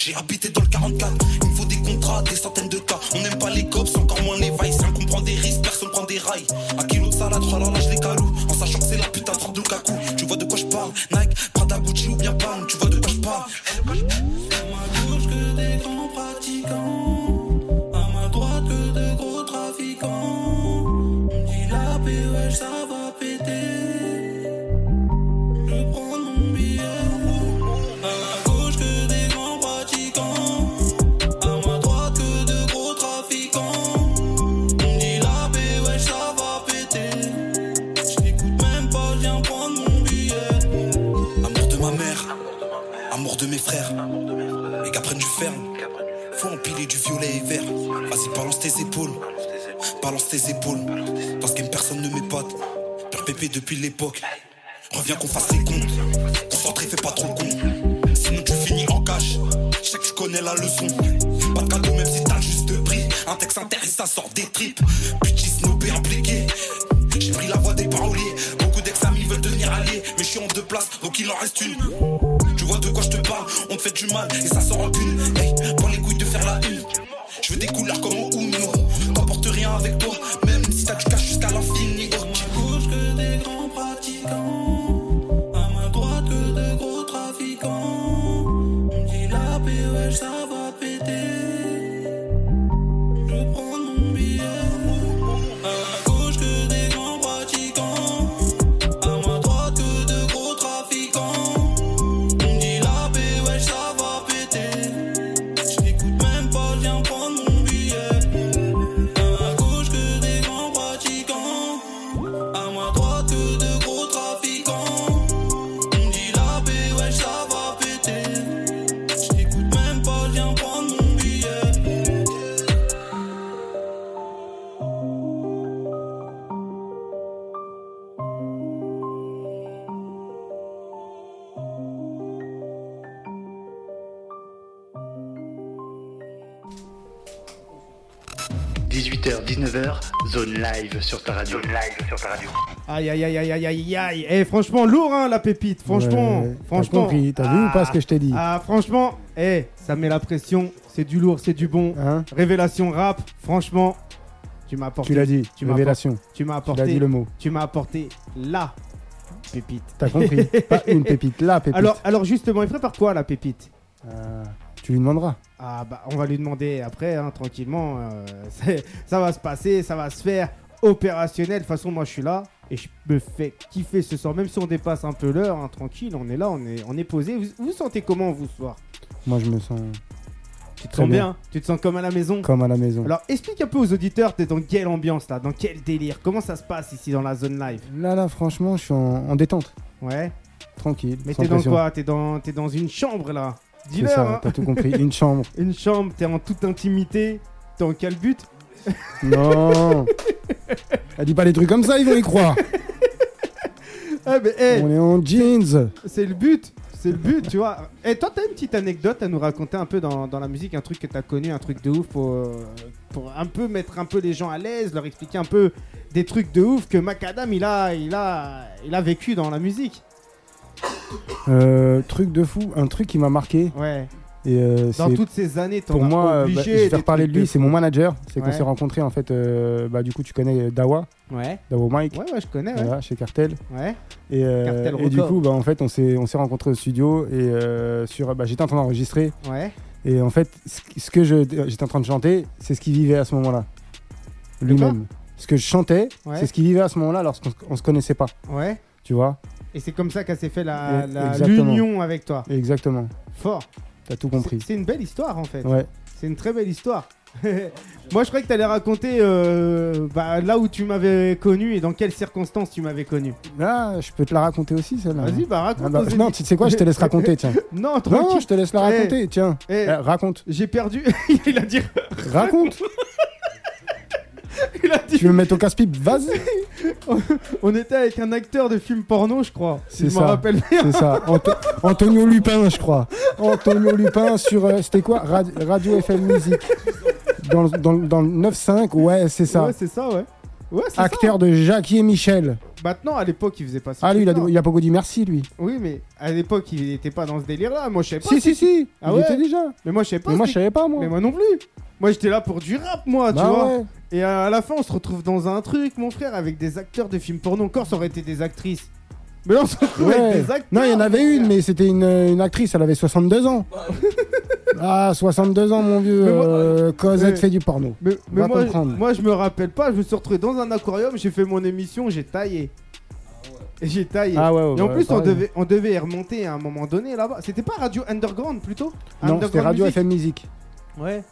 S8: J'ai habité dans le 44 Il me faut des contrats, des centaines de cas On n'aime pas les cops, encore moins les vailles 5 on prend des risques, personne prend des rails Un kilo de salade, trois là je les caloue En sachant que c'est la putain de Lukaku Tu vois de quoi je parle Nike, Prada, Gucci ou bien Palm Tu vois de quoi je parle ma gauche que des grands pratiquants à ma droite que de gros trafiquants. On dit la PEH, ça va péter. Je prends mon billet à ma gauche que des grands pratiquants. À ma droite que de gros trafiquants. On dit la PEH, ça va péter. Je n'écoute même pas, je viens prendre mon billet. Amour de ma mère, amour de mes frères. Les gars prennent du ferme. Faut empiler du violet et vert. Vas-y, balance tes épaules. balance tes épaules. Parce qu'une personne ne m'épate. Père pépé depuis l'époque. Reviens qu'on fasse les comptes. Concentré, fais pas trop le con. Sinon tu finis en cash. Je sais que tu connais la leçon. Pas de cadeau, même si t'as le juste prix. Un texte intéressant, ça sort des tripes. Pitchy, snobé, impliqué. J'ai pris la voix des paroliers. Beaucoup d'ex-amis veulent devenir alliés. Mais je suis en deux places, donc il en reste une. Tu vois de quoi je te parle, on te fait du mal et ça sort en cul. Hey, prends les couilles de faire la une. Je veux des couleurs comme au Uno. T'emporte rien avec toi, même si t'as du cash jusqu'à l'infini. Oh,
S5: Bouge que des grands pratiquants, à ma droite que de gros trafiquants. On dit la paix, ouais, ça va péter. Je prends mon billet, à gauche que des grands pratiquants, à ma droite que de gros trafiquants. On dit la paix, ouais, ça va péter. Je n'écoute même pas, je viens prendre mon billet. À ma gauche que des grands pratiquants. À ma droite que de gros trafiquants On dit la paix, ouais ça va péter Je t'écoute même pas, viens prendre mon billet
S1: heures. 18h, 19h, zone live sur ta radio. live sur ta radio.
S3: Aïe, aïe, aïe, aïe, aïe, aïe, aïe. Eh, franchement, lourd, hein, la pépite. Franchement,
S4: Ouais, t'as
S3: franchement.
S4: compris, t'as vu ou pas ce que je t'ai dit
S3: Ah, franchement, eh, ça met la pression. C'est du lourd, c'est du bon.
S4: Hein
S3: Révélation rap, franchement, tu m'as apporté.
S4: Tu l'as dit,
S3: tu m'as
S4: révélation.
S3: apporté- Tu m'as
S4: Tu l'as dit
S3: apporté.
S4: le mot.
S3: Tu m'as apporté la pépite.
S4: T'as compris Pas une pépite, la pépite.
S3: Alors, alors justement, il prépare quoi la pépite
S4: Euh, tu lui demanderas.
S3: Ah bah, on va lui demander après, hein, tranquillement. euh, c'est- ça va se passer, ça va se faire opérationnel. De toute façon, moi, je suis là et je me fais kiffer ce soir. Même si on dépasse un peu l'heure, hein, tranquille, on est là, on est, on est posé. Vous vous sentez comment vous ce soir
S4: Moi, je me sens
S3: Tu te
S4: Très
S3: sens
S4: bien.
S3: bien Tu te sens comme à la maison
S4: comme à la maison.
S3: Alors, explique un peu aux auditeurs, t'es dans quelle ambiance là Dans quel délire Comment ça se passe ici dans la zone live
S4: Là, là, franchement, je suis en, en détente.
S3: Ouais.
S4: Tranquille.
S3: Mais
S4: sans
S3: t'es dans
S4: pression.
S3: quoi T'es dans, t'es dans une chambre là
S4: C'est
S3: Dis-leur,
S4: ça,
S3: hein.
S4: t'as tout compris. Une chambre.
S3: Une chambre, t'es en toute intimité. T'es en quel but
S4: Non Elle dit pas des trucs comme ça, ils vont y croire.
S3: Eh ben, eh,
S4: On est en jeans.
S3: C'est le but, c'est le but, tu vois. Et toi, t'as une petite anecdote à nous raconter un peu dans, dans la musique, un truc que t'as connu, un truc de ouf pour, euh, pour un peu mettre un peu les gens à l'aise, leur expliquer un peu des trucs de ouf que Macadam il a, il a, il a vécu dans la musique.
S4: Euh, truc de fou, un truc qui m'a marqué.
S3: Ouais.
S4: Et euh,
S3: Dans
S4: c'est
S3: toutes ces années, t'en
S4: pour
S3: as
S4: moi, euh, bah,
S3: obligé.
S4: je
S3: des
S4: vais reparler de
S3: trucs
S4: lui, c'est mon manager. C'est qu'on
S3: Ouais.
S4: s'est rencontrés en fait. euh, bah, du coup, tu connais Dawa,
S3: fou. Ouais.
S4: Dawa Mike,
S3: Ouais, ouais, je connais. Ouais.
S4: voilà, chez Cartel.
S3: ouais.
S4: Et, euh,
S3: Cartel
S4: et du
S3: Record.
S4: coup, bah, en fait, on s'est on s'est rencontrés au studio et euh, sur, bah, j'étais en train d'enregistrer.
S3: ouais.
S4: Et en fait, ce ce que je- j'étais en train de chanter, c'est ce qu'il vivait à ce moment-là. Lui-même. Ce que je chantais,
S3: Ouais.
S4: c'est ce qu'il vivait à ce moment-là lorsqu'on se- on se connaissait pas.
S3: ouais.
S4: Tu vois
S3: Et c'est comme ça qu'a s'est fait la-
S4: Et-
S3: la-
S4: exactement.
S3: l'union avec toi.
S4: Exactement.
S3: Fort.
S4: T'as tout compris.
S3: C'est c'est une belle histoire en fait.
S4: Ouais.
S3: C'est une très belle histoire. Moi, je croyais que t'allais raconter euh, bah, là où tu m'avais connu et dans quelles circonstances tu m'avais connu.
S4: Là, Ah, je peux te la raconter aussi, celle-là.
S3: Vas-y, bah raconte.
S4: Ah bah,
S3: aux
S4: non,
S3: émi-
S4: tu sais quoi, je te laisse raconter, tiens.
S3: non,
S4: Non,
S3: tranquille.
S4: je te laisse la
S3: Eh.
S4: raconter, tiens.
S3: Eh,
S4: Eh, raconte,
S3: J'ai perdu. il a dit.
S4: raconte.
S3: Il a dit.
S4: tu veux me mettre au casse-pipe Vas-y.
S3: On était avec un acteur de film porno, je crois. si
S4: C'est
S3: je m'en
S4: ça.
S3: rappelle bien.
S4: C'est ça. Anto- Antonio Lupin, je crois. Antonio Lupin sur. euh, C'était quoi Rad- Radio FM Musique. Dans, le- dans, le- dans le 9-5, ouais, c'est ça.
S3: Ouais, c'est ça, ouais. Ouais, c'est
S4: Acteur de Jackie et Michel.
S3: ça. Maintenant, à l'époque, il faisait pas ça.
S4: Ah, lui, il a, il a pas beaucoup dit merci, lui.
S3: Oui, mais à l'époque, il était pas dans ce délire-là. Moi, je sais pas.
S4: Si, si, si.
S3: Ah
S4: il
S3: ouais
S4: était déjà.
S3: Mais moi, je sais pas.
S4: Mais moi, je
S3: c'était-
S4: savais pas, moi.
S3: Mais moi non plus. Moi, j'étais là pour du rap, moi, tu
S4: Bah
S3: vois.
S4: ouais.
S3: Et à la fin, on se retrouve dans un truc, mon frère, avec des acteurs de films porno. Encore, ça aurait été des actrices. Mais là, on se retrouve
S4: Ouais.
S3: avec des acteurs.
S4: Non, il y en avait une, mais c'était une, une actrice, elle avait 62 ans. ah, 62 ans, mon vieux.
S3: Mais moi-
S4: euh, Cosette
S3: Mais-
S4: fait du porno.
S3: Mais, mais
S4: Va
S3: moi, je-
S4: comprendre.
S3: moi, je me rappelle pas. Je me suis retrouvé dans un aquarium, j'ai fait mon émission, j'ai taillé. Et j'ai taillé.
S4: Ah ouais, ouais,
S3: Et en
S4: ouais,
S3: plus, on
S4: pareil.
S3: devait, on devait y remonter à un moment donné là-bas. C'était pas Radio Underground plutôt
S4: Non,
S3: Underground
S4: c'était Radio
S3: Music
S4: FM Musique.
S3: Ouais.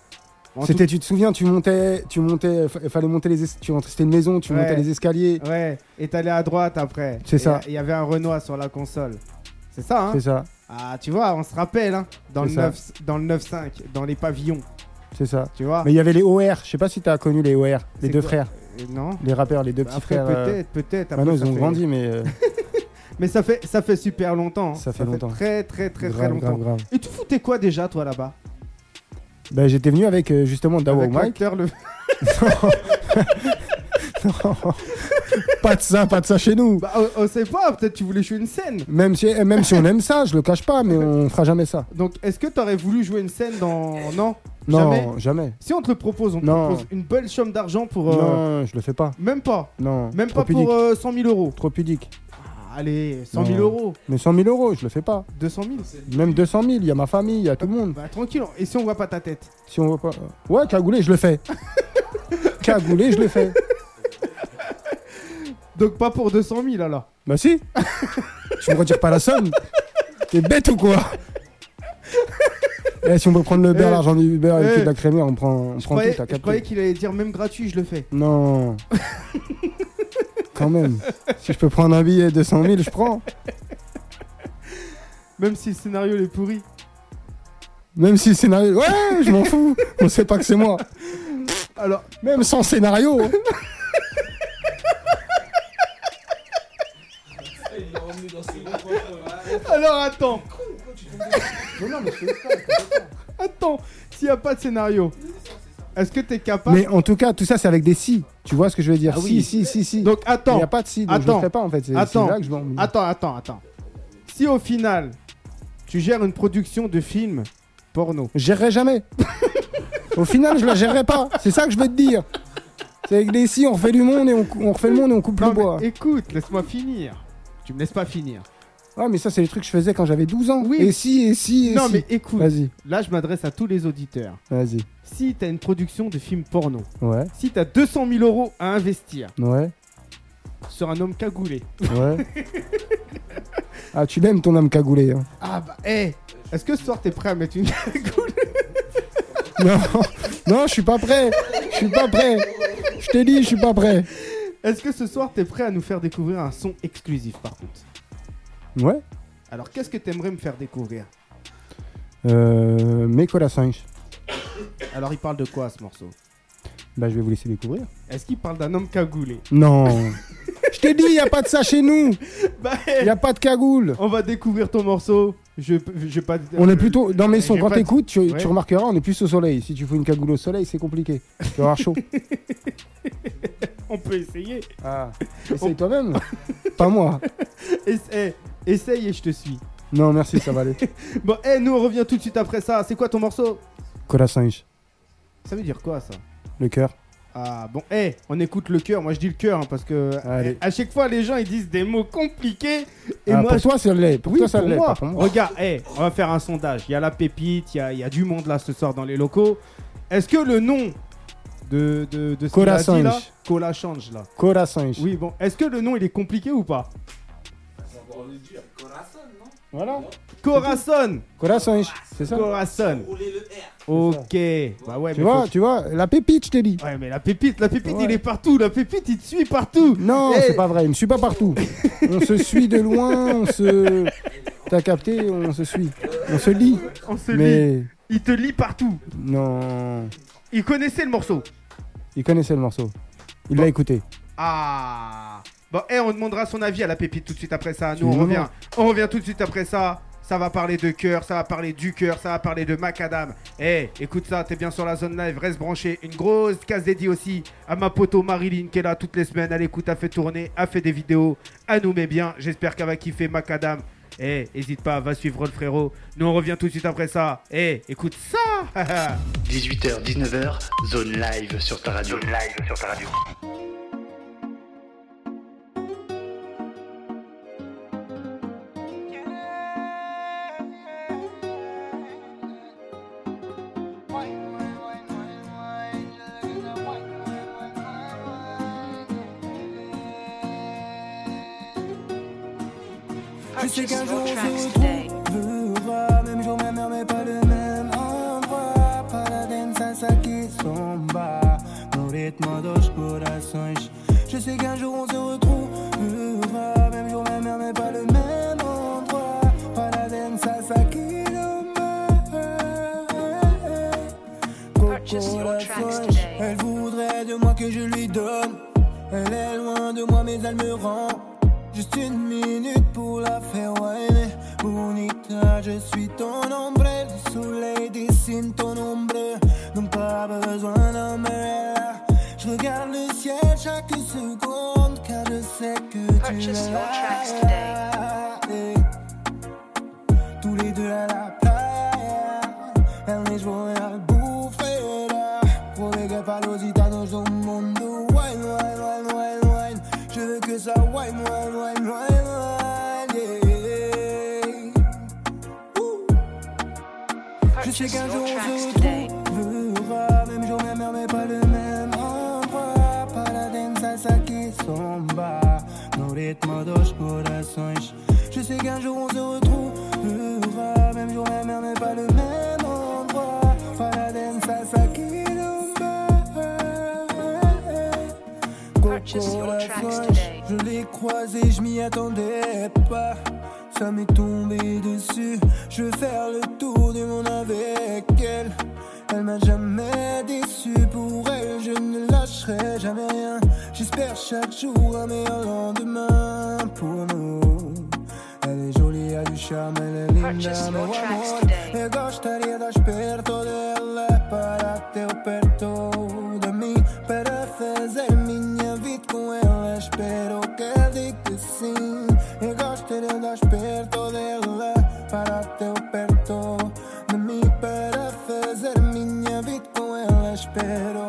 S3: En
S4: C'était, tu te souviens, tu montais, tu montais, fa- euh, fallait monter les, es- tu rentrais, c'était une maison, tu
S3: Ouais.
S4: montais les escaliers.
S3: tout- Ouais. Et t'allais à droite après.
S4: C'est
S3: Et
S4: ça.
S3: Il y avait un Renoir sur la console. C'est ça, hein
S4: C'est ça.
S3: Ah, tu vois, on se rappelle, hein, dans, le
S4: C'est ça.
S3: 9, dans le 9-5, dans les pavillons.
S4: c'est ça.
S3: tu vois.
S4: Mais il y avait les OR, je sais pas si t'as connu les OR,
S3: C'est
S4: les deux
S3: quoi
S4: frères,
S3: Et Non. Bah,
S4: les rappeurs, les deux petits
S3: Après,
S4: frères. euh,
S3: peut-être, peut-être. après,
S4: Maintenant, ils
S3: ça
S4: ont
S3: fait-
S4: grandi, mais euh,
S3: Mais ça fait, ça fait super longtemps. hein.
S4: Ça fait longtemps.
S3: Très, très, très, très
S4: grave,
S3: longtemps.
S4: grave, grave.
S3: Et tu foutais quoi déjà, toi, là-bas
S4: Bah, j'étais venu avec euh, justement Dawa
S3: Avec
S4: Mike.
S3: l'acteur, le...
S4: pas de ça, pas de ça chez nous.
S3: Bah, on, on sait pas, peut-être tu voulais jouer une scène.
S4: Même si, même si on aime ça, je le cache pas, mais on fera jamais ça.
S3: Donc, est-ce que t'aurais voulu jouer une scène dans. Non
S4: Non,
S3: Jamais.
S4: jamais.
S3: Si on te le propose, on te
S4: Non.
S3: propose une belle somme d'argent pour. euh,
S4: Non, je le fais pas.
S3: Même pas.
S4: Non.
S3: Même
S4: trop
S3: pas
S4: pudique.
S3: pour euh, 100 000 euros.
S4: Trop pudique.
S3: Ah, allez, 100 000
S4: Non.
S3: euros,
S4: Mais 100 000 euros, je le fais pas.
S3: 200 000.
S4: Même 200 000, il y a ma famille, il y a tout le monde.
S3: Bah, tranquille. Et si on voit pas ta tête
S4: Si on voit pas. euh, Ouais, cagoulé, je le fais. cagoulé, je le fais.
S3: Donc, pas pour 200 000 alors.
S4: Bah si. tu me retires pas la somme. T'es bête ou quoi Eh, si on veut prendre le beurre,
S3: Eh.
S4: l'argent du beurre et le
S3: Eh.
S4: prix de la crémière, on prend, on
S3: Je
S4: prend
S3: croyais,
S4: tout, t'as
S3: je croyais
S4: capté.
S3: qu'il allait dire même gratuit, je le fais.
S4: Non. Quand même. Si je peux prendre un billet de 100 000, je prends.
S3: Même si le scénario il est pourri.
S4: Même si le scénario. Ouais, je m'en fous. On sait pas que c'est moi.
S3: Alors,
S4: Même sans scénario.
S7: Il l'a emmené dans ses gros coins.
S3: alors attends,
S4: Non, non, mais je
S3: attends, s'il n'y a pas de scénario, est-ce que t'es capable
S4: Mais en tout cas, tout ça, c'est avec des si. Tu vois ce que je veux dire
S3: Ah oui.
S4: Si, si, si, si.
S3: Donc
S4: il
S3: attends,
S4: n'y a pas de si. Donc je le
S3: Attends.
S4: ferai pas en fait. C'est
S3: Attends.
S4: c'est là que je vais en venir.
S3: attends, attends, attends. Si au final, tu gères une production de film porno,
S4: Je gérerai jamais. Au final, je la gérerai pas. C'est ça que je veux te dire. C'est avec des si, on refait du monde et on, cou- on refait le monde et on coupe
S3: Non,
S4: le bois.
S3: mais écoute, laisse-moi finir. Tu me laisses pas finir.
S4: Ouais, Ah, mais ça, c'est les trucs que je faisais quand j'avais 12 ans.
S3: Oui.
S4: Et si, et si, et
S3: non,
S4: si.
S3: mais écoute,
S4: Vas-y,
S3: là je m'adresse à tous les auditeurs.
S4: vas-y.
S3: Si t'as une production de film porno,
S4: Ouais,
S3: si t'as 200 000 euros à investir
S4: ouais,
S3: sur un homme cagoulé,
S4: ouais. ah, tu l'aimes ton âme cagoulée. hein.
S3: ah bah, hé, est-ce que ce soir t'es prêt à mettre une cagoule
S4: Non, non, je suis pas prêt. Je suis pas prêt. Je t'ai dit, je suis pas prêt.
S3: Est-ce que ce soir, t'es prêt à nous faire découvrir un son exclusif par contre
S4: Ouais.
S3: Alors, qu'est-ce que t'aimerais me faire découvrir
S4: Euh, mais quoi la singe
S3: Alors, il parle de quoi ce morceau
S4: Bah, je vais vous laisser découvrir.
S3: Est-ce qu'il parle d'un homme cagoulé
S4: Non. je t'ai dit, y a pas de ça chez nous.
S3: Bah,
S4: Y a pas de cagoule.
S3: on va découvrir ton morceau. Je, je vais pas. Euh,
S4: On est plutôt dans mes sons.
S3: J'ai
S4: Quand
S3: pas dit-
S4: t'écoutes, tu,
S3: Ouais.
S4: tu remarqueras, on est plus au soleil. Si tu fous une cagoule au soleil, c'est compliqué. Tu vas avoir chaud.
S3: On peut essayer.
S4: Ah, essaye toi-même. pas moi.
S3: Essaye, essaye et je te suis.
S4: Non, merci, ça va aller.
S3: Bon, eh, nous on revient tout de suite après ça. C'est quoi ton morceau
S4: Quoi la singe
S3: Ça veut dire quoi ça
S4: Le cœur.
S3: Ah bon, eh, on écoute le cœur. Moi, je dis le cœur hein, parce que
S4: Allez.
S3: à chaque fois, les gens ils disent des mots compliqués et
S4: Ah,
S3: moi,
S4: pour
S3: je-
S4: toi, ça l'est. Pour
S3: Oui,
S4: toi, ça
S3: pour
S4: l'est.
S3: moi.
S4: pas pour moi.
S3: Regarde, hey, on va faire un sondage. Il y a la pépite, il y a, il y a du monde là ce soir dans les locaux. Est-ce que le nom de, de, de ce qu'il
S4: Cola
S3: a dit là,
S4: Sange.
S3: Cola Change là
S4: Quoi la singe
S3: Oui, bon, est-ce que le nom il est compliqué ou pas
S4: Voilà.
S3: Corazon
S4: Quoi la singe C'est ça
S3: Corazon
S7: Rouler le R.
S3: Ok, bah ouais,
S4: Tu
S3: mais
S4: vois,
S3: faut-
S4: tu vois, la pépite, je t'ai dit.
S3: Ouais, mais la pépite, la pépite
S4: Ouais.
S3: il est partout, la pépite il te suit partout
S4: Non,
S3: Eh,
S4: c'est pas vrai, il me suit pas partout. on se suit de loin, on se. T'as capté, on se suit. On se lit.
S3: On se lit,
S4: Mais.
S3: il te lit partout
S4: Non.
S3: Il connaissait le morceau
S4: Il connaissait le morceau. Il l'a écouté.
S3: Ah Bon, eh, on demandera son avis à la pépite tout de suite après ça. Nous,
S4: Tu
S3: on
S4: veux
S3: revient.
S4: voir
S3: On revient tout de suite après ça. Ça va parler de cœur, ça va parler du cœur, ça va parler de macadam. Eh, écoute ça, t'es bien sur la zone live, reste branché. Une grosse case dédiée aussi à ma poteau Marilyn qui est là toutes les semaines. Elle écoute, a fait tourner, a fait des vidéos. Elle nous met bien. J'espère qu'elle va kiffer macadam. Eh, hésite pas, va suivre le frérot. Nous, on revient tout de suite après ça. Eh, écoute ça
S1: 18h, 19h, zone live sur ta radio. Zone live sur ta radio.
S2: Je sais qu'un jour on se retrouvera Même jour, même heure, mais pas le même endroit Paladins, Sasaki, Somba Mon rythme dos corações Je sais qu'un jour on se retrouvera Même jour, même heure, mais pas le même endroit Paladins, Sasaki, Somba
S5: Qu'on la fâche. Elle voudrait de moi que je lui donne. Elle est loin de moi, mais elle me rend. Juste une minute pour la faire whiner. Bonita, je suis ton ombre. Le soleil dessine ton ombre. Donc pas besoin d'un là Je regarde le ciel chaque seconde. Car je sais que tu es
S9: Purchase your tracks
S5: là. Tous les deux à la playa. El mismo en la bufera. Joder, que para los gitanos son mundo. Wine, wine, wine, wine, wine. Je veux que ça wine, wine, wine, wine, wine. yeah. Ouh. Je sais qu'un jour on se retrouvera Même jour, même heure, mais pas le même endroit Para danza, saque, samba No ritmo dos corações Je sais qu'un jour on se retrouvera Même jour, même heure, mais pas le même endroit Para danza, saque, samba
S9: Purchase your tracks today.
S5: je l'ai croisé, je m'y attendais pas. Ça m'est tombé dessus. Je veux faire le tour du monde avec elle. Elle m'a jamais déçu. Pour elle, je ne lâcherai jamais rien. J'espère chaque jour un meilleur lendemain pour nous. Elle est jolie, elle a du charme, elle est linda,
S9: Purchase
S5: meu
S9: your tracks
S5: amor.
S9: today.
S5: Me gustaría dar perto de ela para ter perto de mim Para fazer minha vida com ela Espero que diga que sim Eu gostaria de estar perto dela Para ter perto de mim Para fazer minha vida com ela Espero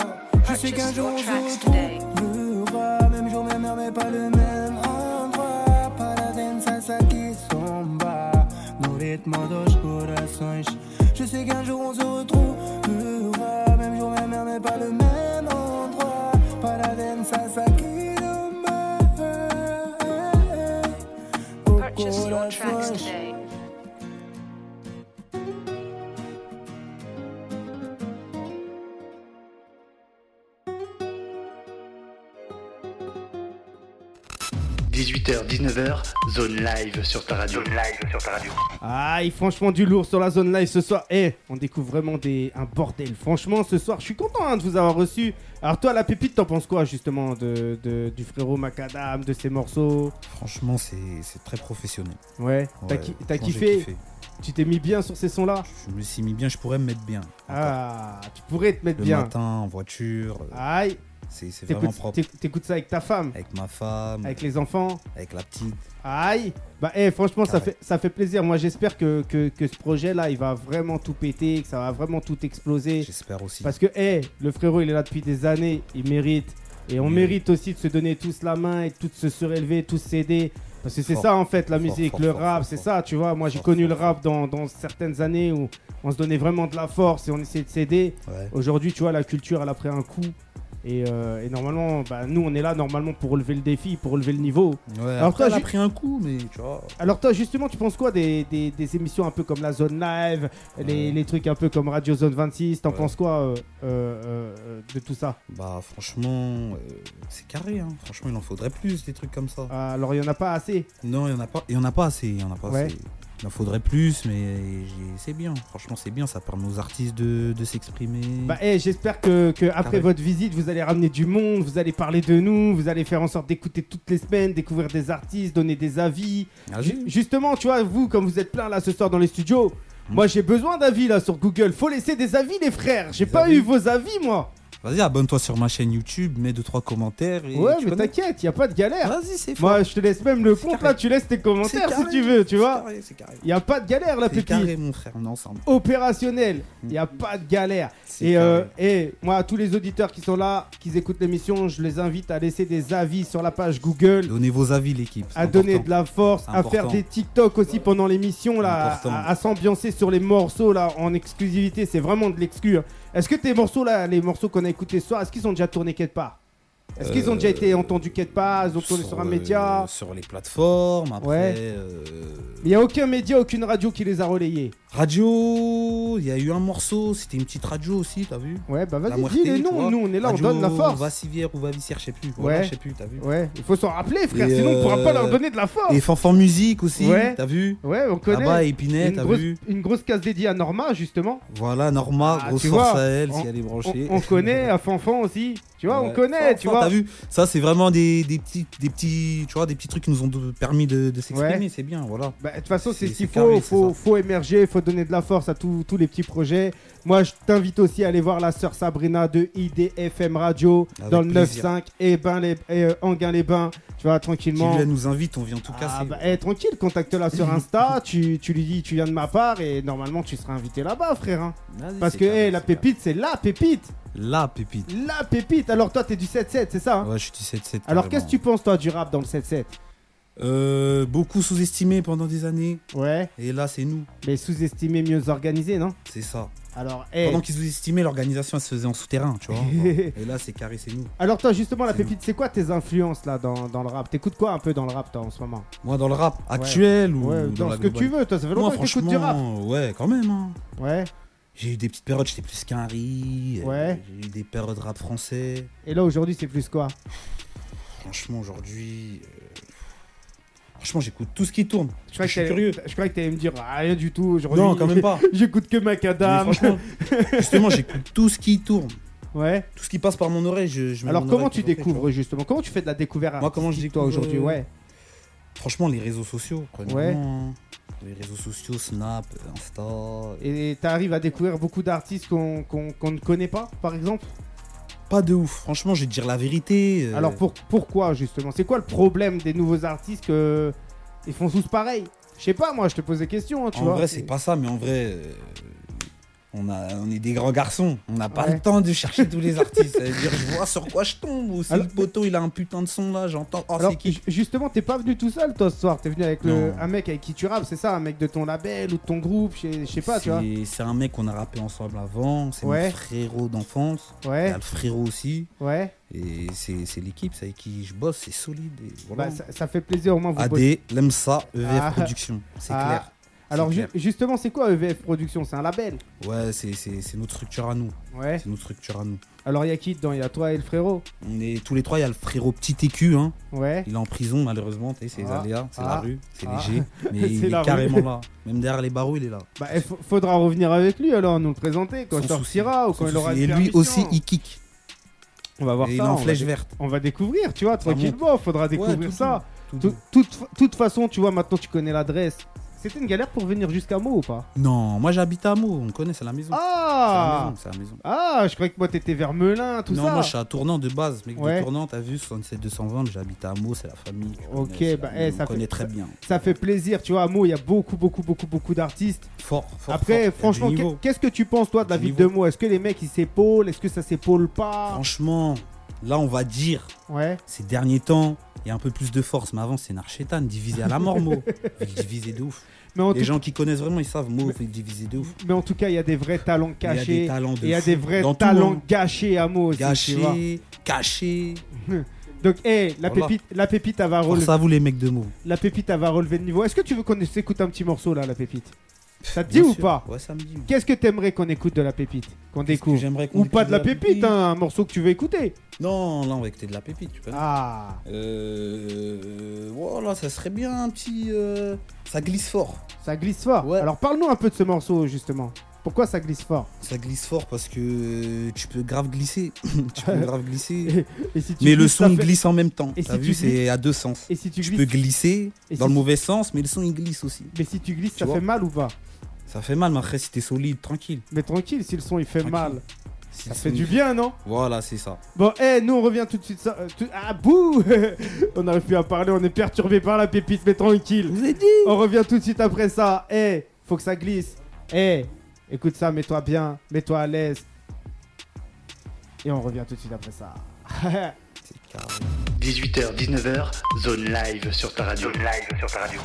S5: Je sais qu'un
S9: Purchase
S5: jour
S9: your
S5: on se
S9: tracks
S5: retrouve
S9: today.
S5: retrouvera, Même jour, même heure, mais pas le même endroit Para dançar essa que somba No ritmo dos corações Je sais qu'un jour on se retrouvera Même jour, même heure, mais pas le même endroit Para dançar essa que somba Oh,
S9: Purchase your tracks
S5: corações
S9: today.
S1: heures. 18h, 19h, zone live sur ta radio. Zone live sur ta radio.
S3: Ah, et franchement, du lourd sur la zone live ce soir. Eh, on découvre vraiment des... un bordel. Franchement, ce soir, je suis content hein, de vous avoir reçu. Alors, toi, la pépite, t'en penses quoi, justement, de, de- du frérot Macadam, de ses morceaux
S10: Franchement, c'est c'est très professionnel.
S3: Ouais, t'as
S10: Ouais,
S3: ki- t'as
S10: franchement, j'ai
S3: kiffé, Tu t'es mis bien sur ces sons-là
S10: Je me suis mis bien, je pourrais me mettre bien.
S3: Ah, tu pourrais te mettre
S10: Le
S3: bien.
S10: matin, en voiture, euh,
S3: Aïe,
S10: c'est c'est vraiment
S3: t'écoutes
S10: propre.
S3: t'éc- t'écoutes ça avec ta femme,
S10: Avec ma femme,
S3: avec
S10: avec,
S3: les enfants.
S10: la petite.
S3: Aïe Bah eh, franchement ça,
S10: Ah ouais.
S3: fait, ça fait plaisir. Moi j'espère que, que, que ce projet là il va vraiment tout péter, que ça va vraiment tout exploser.
S10: J'espère aussi.
S3: Parce que eh, le frérot il est là depuis des années, il mérite. Et on
S10: Oui.
S3: mérite aussi de se donner tous la main et tous se surélever, tous s'aider. Parce que c'est
S10: Fort.
S3: ça en fait la
S10: Fort,
S3: musique,
S10: fort,
S3: le
S10: fort,
S3: rap,
S10: fort,
S3: c'est
S10: fort.
S3: ça, tu vois. Moi j'ai
S10: Fort,
S3: connu
S10: fort,
S3: le rap dans, dans certaines années où on se donnait vraiment de la force et on essayait de s'aider.
S10: Ouais.
S3: Aujourd'hui, tu vois, la culture, elle a pris un coup. Et, euh, et normalement, bah, nous, on est là normalement pour relever le défi, pour relever le niveau.
S10: Ouais,
S3: Alors
S10: après,
S3: toi,
S10: elle a
S3: ju-
S10: pris un coup, mais tu vois.
S3: Alors toi, justement, tu penses quoi des, des- des émissions un peu comme la Zone Live, les,
S10: Ouais.
S3: les trucs un peu comme Radio Zone 26 T'en
S10: Ouais.
S3: penses quoi euh, euh, euh, euh, de tout ça
S10: Bah, franchement, euh, c'est carré. Hein. Franchement, il en faudrait plus, des trucs comme ça.
S3: Alors, il n'y en a pas assez.
S10: Non, il y en a pas, il y en a pas assez, il y en a pas
S3: Ouais.
S10: assez. Il en faudrait plus, mais j'ai- c'est bien. Franchement, c'est bien. Ça permet aux artistes de, de s'exprimer.
S3: Bah, eh, j'espère que, que après
S10: Mm. Ah ouais.
S3: votre visite, vous allez ramener du monde, vous allez parler de nous, vous allez faire en sorte d'écouter toutes les semaines, découvrir des artistes, donner des avis.
S10: Ah,
S3: Ju-
S10: oui.
S3: Justement, tu vois, vous, comme vous êtes plein là ce soir dans les studios,
S10: Mm.
S3: moi j'ai besoin d'avis là sur Google. Faut laisser des avis, les frères. J'ai
S10: Des
S3: pas
S10: avis.
S3: eu vos avis, moi.
S10: Vas-y, abonne-toi sur ma chaîne YouTube, mets deux trois commentaires. Et
S3: ouais,
S10: tu
S3: mais
S10: connais.
S3: t'inquiète, y a pas de galère.
S10: Vas-y, c'est fort.
S3: Moi, je te laisse même le
S10: C'est
S3: compte
S10: carré.
S3: là, tu laisses tes
S10: C'est
S3: commentaires si
S10: carré,
S3: tu veux, tu
S10: c'est
S3: vois.
S10: carré, C'est carré.
S3: Y a pas de galère la
S10: C'est
S3: pépite.
S10: carré, Mm. mon frère, on est ensemble.
S3: Opérationnel, y a pas de galère.
S10: C'est
S3: Et,
S10: carré.
S3: euh, et moi, à tous les auditeurs qui sont là, qui écoutent l'émission, je les invite à laisser des avis sur la page Google.
S10: Donnez vos avis, l'équipe. c'est
S3: à donner
S10: important.
S3: de la force, à
S10: Important.
S3: faire des TikTok aussi pendant l'émission, là,
S10: Important.
S3: à, à s'ambiancer sur les morceaux là en exclusivité, c'est vraiment de l'exclu. hein. Est-ce que tes morceaux là, les morceaux qu'on a écoutés ce soir, est-ce qu'ils sont déjà tournés quelque part Est-ce qu'ils ont déjà été entendus quelque part Ils ont tourné sur un
S10: euh,
S3: média
S10: Sur les plateformes, après.
S3: Ouais.
S10: euh,
S3: Il n'y a aucun média, aucune radio qui les a relayés.
S10: Radio, il y a eu un morceau, c'était une petite radio aussi, t'as vu
S3: Ouais, bah
S10: La
S3: vas-y,
S10: Muerte,
S3: dis les
S10: tu
S3: noms,
S10: vois.
S3: nous on est là,
S10: Radio,
S3: on donne la force.
S10: Va Sivière ou va Vissière, je sais plus. Voilà,
S3: Ouais.
S10: je sais plus, t'as vu
S3: Ouais, il faut s'en rappeler, frère,
S10: Et,
S3: sinon on pourra pas
S10: euh,
S3: leur donner de la force.
S10: Et Fanfan Musique aussi,
S3: Ouais.
S10: t'as vu
S3: Ouais, on connaît.
S10: Là-bas, Épinay,
S3: une,
S10: t'as
S3: grosse,
S10: vu
S3: une grosse case dédiée à Norma, justement.
S10: Voilà, Norma,
S3: Ah,
S10: grosse
S3: tu
S10: force
S3: vois,
S10: à elle,
S3: on-
S10: si elle est branchée.
S3: On, on connaît, à Fanfan aussi. Tu vois, on
S10: Ouais.
S3: connaît,
S10: Fanfan,
S3: tu vois.
S10: T'as vu Ça, c'est vraiment des, des, petits, des, petits, tu vois, des petits trucs qui nous ont de- permis de, de s'exprimer,
S3: Ouais.
S10: c'est bien, voilà.
S3: Bah, De toute façon, c'est
S10: C'est-
S3: ce qu'il
S10: c'est
S3: faut.
S10: carré, c'est
S3: faut, faut émerger, faut donner de la force à tous tous les petits projets. Moi, je t'invite aussi à aller voir la sœur Sabrina de IDFM Radio
S10: Avec
S3: dans le
S10: plaisir.
S3: 9-5 et, ben les, et euh, Enghien-les-Bains. Tu vois,
S10: Si
S3: tranquillement.
S10: lui, elle nous invite, on vient tout casser.
S3: Ah bah, eh, tranquille, contacte-la sur Insta, tu, tu lui dis tu viens de ma part et normalement tu seras invité là-bas frère. hein.
S10: Vas-y,
S3: Parce
S10: c'est
S3: que
S10: carré,
S3: eh, la
S10: c'est carré.
S3: pépite c'est la pépite,
S10: La pépite.
S3: la pépite. Alors toi t'es du 7-7 c'est ça hein
S10: Ouais, je suis 17
S3: Alors qu'est-ce que tu penses toi du rap dans le 7-7
S10: Euh, beaucoup sous-estimé pendant des années.
S3: Ouais,
S10: Et là, c'est nous,
S3: mais sous-estimé, mieux organisé non
S10: c'est ça.
S3: Alors eh,
S10: Pendant qu'ils sous-estimaient, l'organisation, elle se faisait en souterrain, tu vois. et là, c'est carré, c'est nous.
S3: Alors toi justement la
S10: C'est
S3: pépite c'est quoi tes influences là dans, dans le rap T'écoutes quoi un peu dans le rap toi en ce moment
S10: Moi, dans le rap actuel ou
S3: Ouais,
S10: dans,
S3: dans,
S10: la
S3: ce que tu
S10: globalité.
S3: veux, toi ça fait
S10: Moi,
S3: longtemps que
S10: franchement,
S3: t'écoutes du rap.
S10: ouais, quand même. hein.
S3: Ouais.
S10: J'ai eu des petites périodes, j'étais plus qu'un riz. euh,
S3: Ouais.
S10: J'ai eu des périodes rap français.
S3: Et là aujourd'hui c'est plus quoi
S10: Franchement, aujourd'hui. euh, Franchement, j'écoute tout ce qui tourne. Parce que je suis
S3: t'allais-
S10: curieux.
S3: Je croyais que t'allais me dire ah, rien du tout aujourd'hui.
S10: Non, quand même pas.
S3: J'écoute que
S10: Mais
S3: Macadam.
S10: franchement, justement, j'écoute tout ce qui tourne.
S3: Ouais.
S10: Tout ce qui passe par mon oreille, je, je mets
S3: Alors
S10: mon
S3: comment
S10: oreille
S3: tu
S10: pour rentrer,
S3: découvres justement Comment tu fais de la découverte
S10: Moi, comment je
S3: artistique, toi
S10: découvre,
S3: aujourd'hui
S10: euh,
S3: Ouais.
S10: vois. Franchement, les réseaux sociaux. premièrement,
S3: Ouais.
S10: hein. Les réseaux sociaux, Snap, Insta.
S3: Et t'arrives à découvrir beaucoup d'artistes qu'on qu'on- qu'on ne connaît pas, par exemple
S10: Pas de ouf. Franchement, je vais te dire la vérité. euh,
S3: Alors pour, pourquoi justement C'est quoi le problème des nouveaux artistes que ils font tous pareil Je sais pas, moi je te pose des questions, hein, tu
S10: en
S3: vois.
S10: vrai, c'est pas ça, mais en vrai, euh, on, a, on est des grands garçons. On n'a pas
S3: Ouais.
S10: le temps de chercher tous les artistes. Ça veut dire, je vois sur quoi je tombe. Ou si
S3: Alors-
S10: le poteau, il a un putain de son là, j'entends. Oh,
S3: Alors
S10: c'est qui
S3: ju- justement, t'es pas venu tout seul toi ce soir. T'es venu avec le,
S10: Non.
S3: un mec avec qui tu rappes, c'est ça, un mec de ton label ou de ton groupe, je sais- je sais pas, tu vois.
S10: C'est- C'est un mec qu'on a rappé ensemble avant. C'est
S3: Ouais.
S10: mon frérot d'enfance. Il y
S3: Ouais,
S10: a le frérot aussi.
S3: ouais.
S10: Et c'est c'est l'équipe c'est avec qui je bosse. C'est solide. et voilà.
S3: Bah, ça, ça fait plaisir au moins vous bossez-
S10: AD, Lemsa, EVF
S3: Ah.
S10: E Production. C'est
S3: Ah.
S10: clair.
S3: Alors
S10: C'est
S3: ju- justement, c'est quoi EVF Productions C'est un label
S10: Ouais, c'est- c'est c'est notre structure à nous.
S3: Ouais.
S10: C'est notre structure à nous.
S3: Alors il y a qui dedans Il y a toi et le frérot
S10: On est tous les trois, il y a le frérot petit écu, hein.
S3: Ouais.
S10: Il est en prison malheureusement, tu sais, c'est les
S3: Ah,
S10: aléas, c'est
S3: ah,
S10: la rue, c'est
S3: ah.
S10: léger, mais
S3: C'est
S10: il est
S3: la rue.
S10: carrément là. Même derrière les barreaux, il est là.
S3: Bah il fa- faudra revenir avec lui alors, nous le présenter quand
S10: Sans
S3: il sortira
S10: souci,
S3: ou quand
S10: sans
S3: il aura une
S10: souci. Et lui
S3: permission.
S10: aussi, il kick.
S3: On va voir
S10: Et il est
S3: ça.
S10: en
S3: on, va
S10: flèche
S3: dé-
S10: verte.
S3: on va découvrir, tu vois,
S10: monte.
S3: tranquillement. Faudra découvrir
S10: tout
S3: ça.
S10: Tout
S3: Tout-
S10: doux.
S3: Toute fa- toute façon, tu vois, maintenant tu connais l'adresse. C'était une galère pour venir jusqu'à Meaux ou pas
S10: Non, moi j'habite à Meaux, on connaît, c'est la maison. C'est la
S3: Ah
S10: maison, c'est la maison.
S3: Ah, je croyais que moi t'étais vers Melun, tout
S10: non,
S3: ça.
S10: moi je suis à Tournant de base, mec
S3: Ouais.
S10: de Tournant, t'as vu, 67 220, j'habite à Meaux, c'est la famille. tu
S3: Ok,
S10: connais, c'est la
S3: bah,
S10: maison,
S3: eh, ça
S10: on connaît
S3: fait-
S10: très bien.
S3: Ça fait plaisir, tu vois, à Meaux, il y a beaucoup, beaucoup, beaucoup, beaucoup d'artistes.
S10: Fort, fort.
S3: Après,
S10: fort. Il y a
S3: franchement,
S10: du
S3: qu'est-
S10: niveau.
S3: qu'est-ce que tu penses, toi, de la
S10: Du
S3: ville de
S10: niveau.
S3: Meaux Est-ce que les mecs, ils s'épaulent Est-ce que ça s'épaule pas
S10: franchement, là on va dire,
S3: Ouais.
S10: ces derniers temps, il y a un peu plus de force, mais avant c'est une archétane, divisé à la mort, Meaux. divisé de ouf.
S3: Mais en,
S10: Les
S3: tout,
S10: gens qui connaissent vraiment, ils savent, Mo, fait diviser de ouf.
S3: mais en tout cas, il y a des vrais talents
S10: Il y a
S3: cachés.
S10: des talents de
S3: Il y a
S10: fou
S3: des vrais
S10: dans tout,
S3: talents
S10: hein.
S3: gâchés à Meaux aussi, tu vois. Ah,
S10: Gâchés, cachés.
S3: Donc, hé, la,
S10: Voilà.
S3: pépite, la pépite, elle va
S10: Pour
S3: relever,
S10: ça, vous les mecs de Mo.
S3: la pépite, elle va relever le niveau. Est-ce que tu veux qu'on s'écoute un petit morceau, là, la pépite Ça te dit
S10: Bien
S3: ou
S10: sûr.
S3: pas
S10: Ouais, ça me dit.
S3: Qu'est-ce que t'aimerais qu'on écoute de la pépite Qu'on
S10: Qu'est-ce que
S3: découvre
S10: j'aimerais qu'on
S3: Ou pas
S10: écoute
S3: de la pépite, hein, un morceau que tu veux écouter.
S10: Non, là, on va écouter de la pépite, tu connais.
S3: Ah,
S10: Euh. Voilà, ça serait bien un petit. euh, Ça glisse fort.
S3: ça glisse fort.
S10: Ouais.
S3: Alors parle-nous un peu de ce morceau justement. Pourquoi ça glisse fort
S10: Ça glisse fort parce que euh, tu peux grave glisser. tu peux grave glisser.
S3: Et si tu
S10: Mais le
S3: glisses,
S10: son
S3: ça fait-
S10: glisse en même temps.
S3: Et
S10: T'as
S3: si tu
S10: vu, c'est
S3: glisses-
S10: à deux sens.
S3: Et si tu
S10: Tu peux
S3: glisses,
S10: glisser
S3: Et
S10: dans
S3: si-
S10: le mauvais sens, mais le son il glisse aussi.
S3: mais si tu glisses, ça
S10: vois.
S3: fait mal ou pas
S10: Ça fait mal, mais après, si t'es solide, tranquille.
S3: Mais tranquille, si le son il fait
S10: Tranquille.
S3: mal,
S10: Si
S3: ça
S10: le
S3: fait
S10: son,
S3: du
S10: il-
S3: bien, non
S10: Voilà, c'est ça.
S3: Bon, eh, nous on revient tout de suite. Ça, euh, tout- Ah bouh On n'arrive plus à parler, on est perturbé par la pépite, mais tranquille.
S10: vous ai dit
S3: On revient tout de suite après ça. Eh, faut que ça glisse. Eh, écoute ça, mets-toi bien, mets-toi à l'aise. Et on revient tout de suite après ça.
S1: 18h, 19h, zone live sur ta radio. Zone live sur ta radio.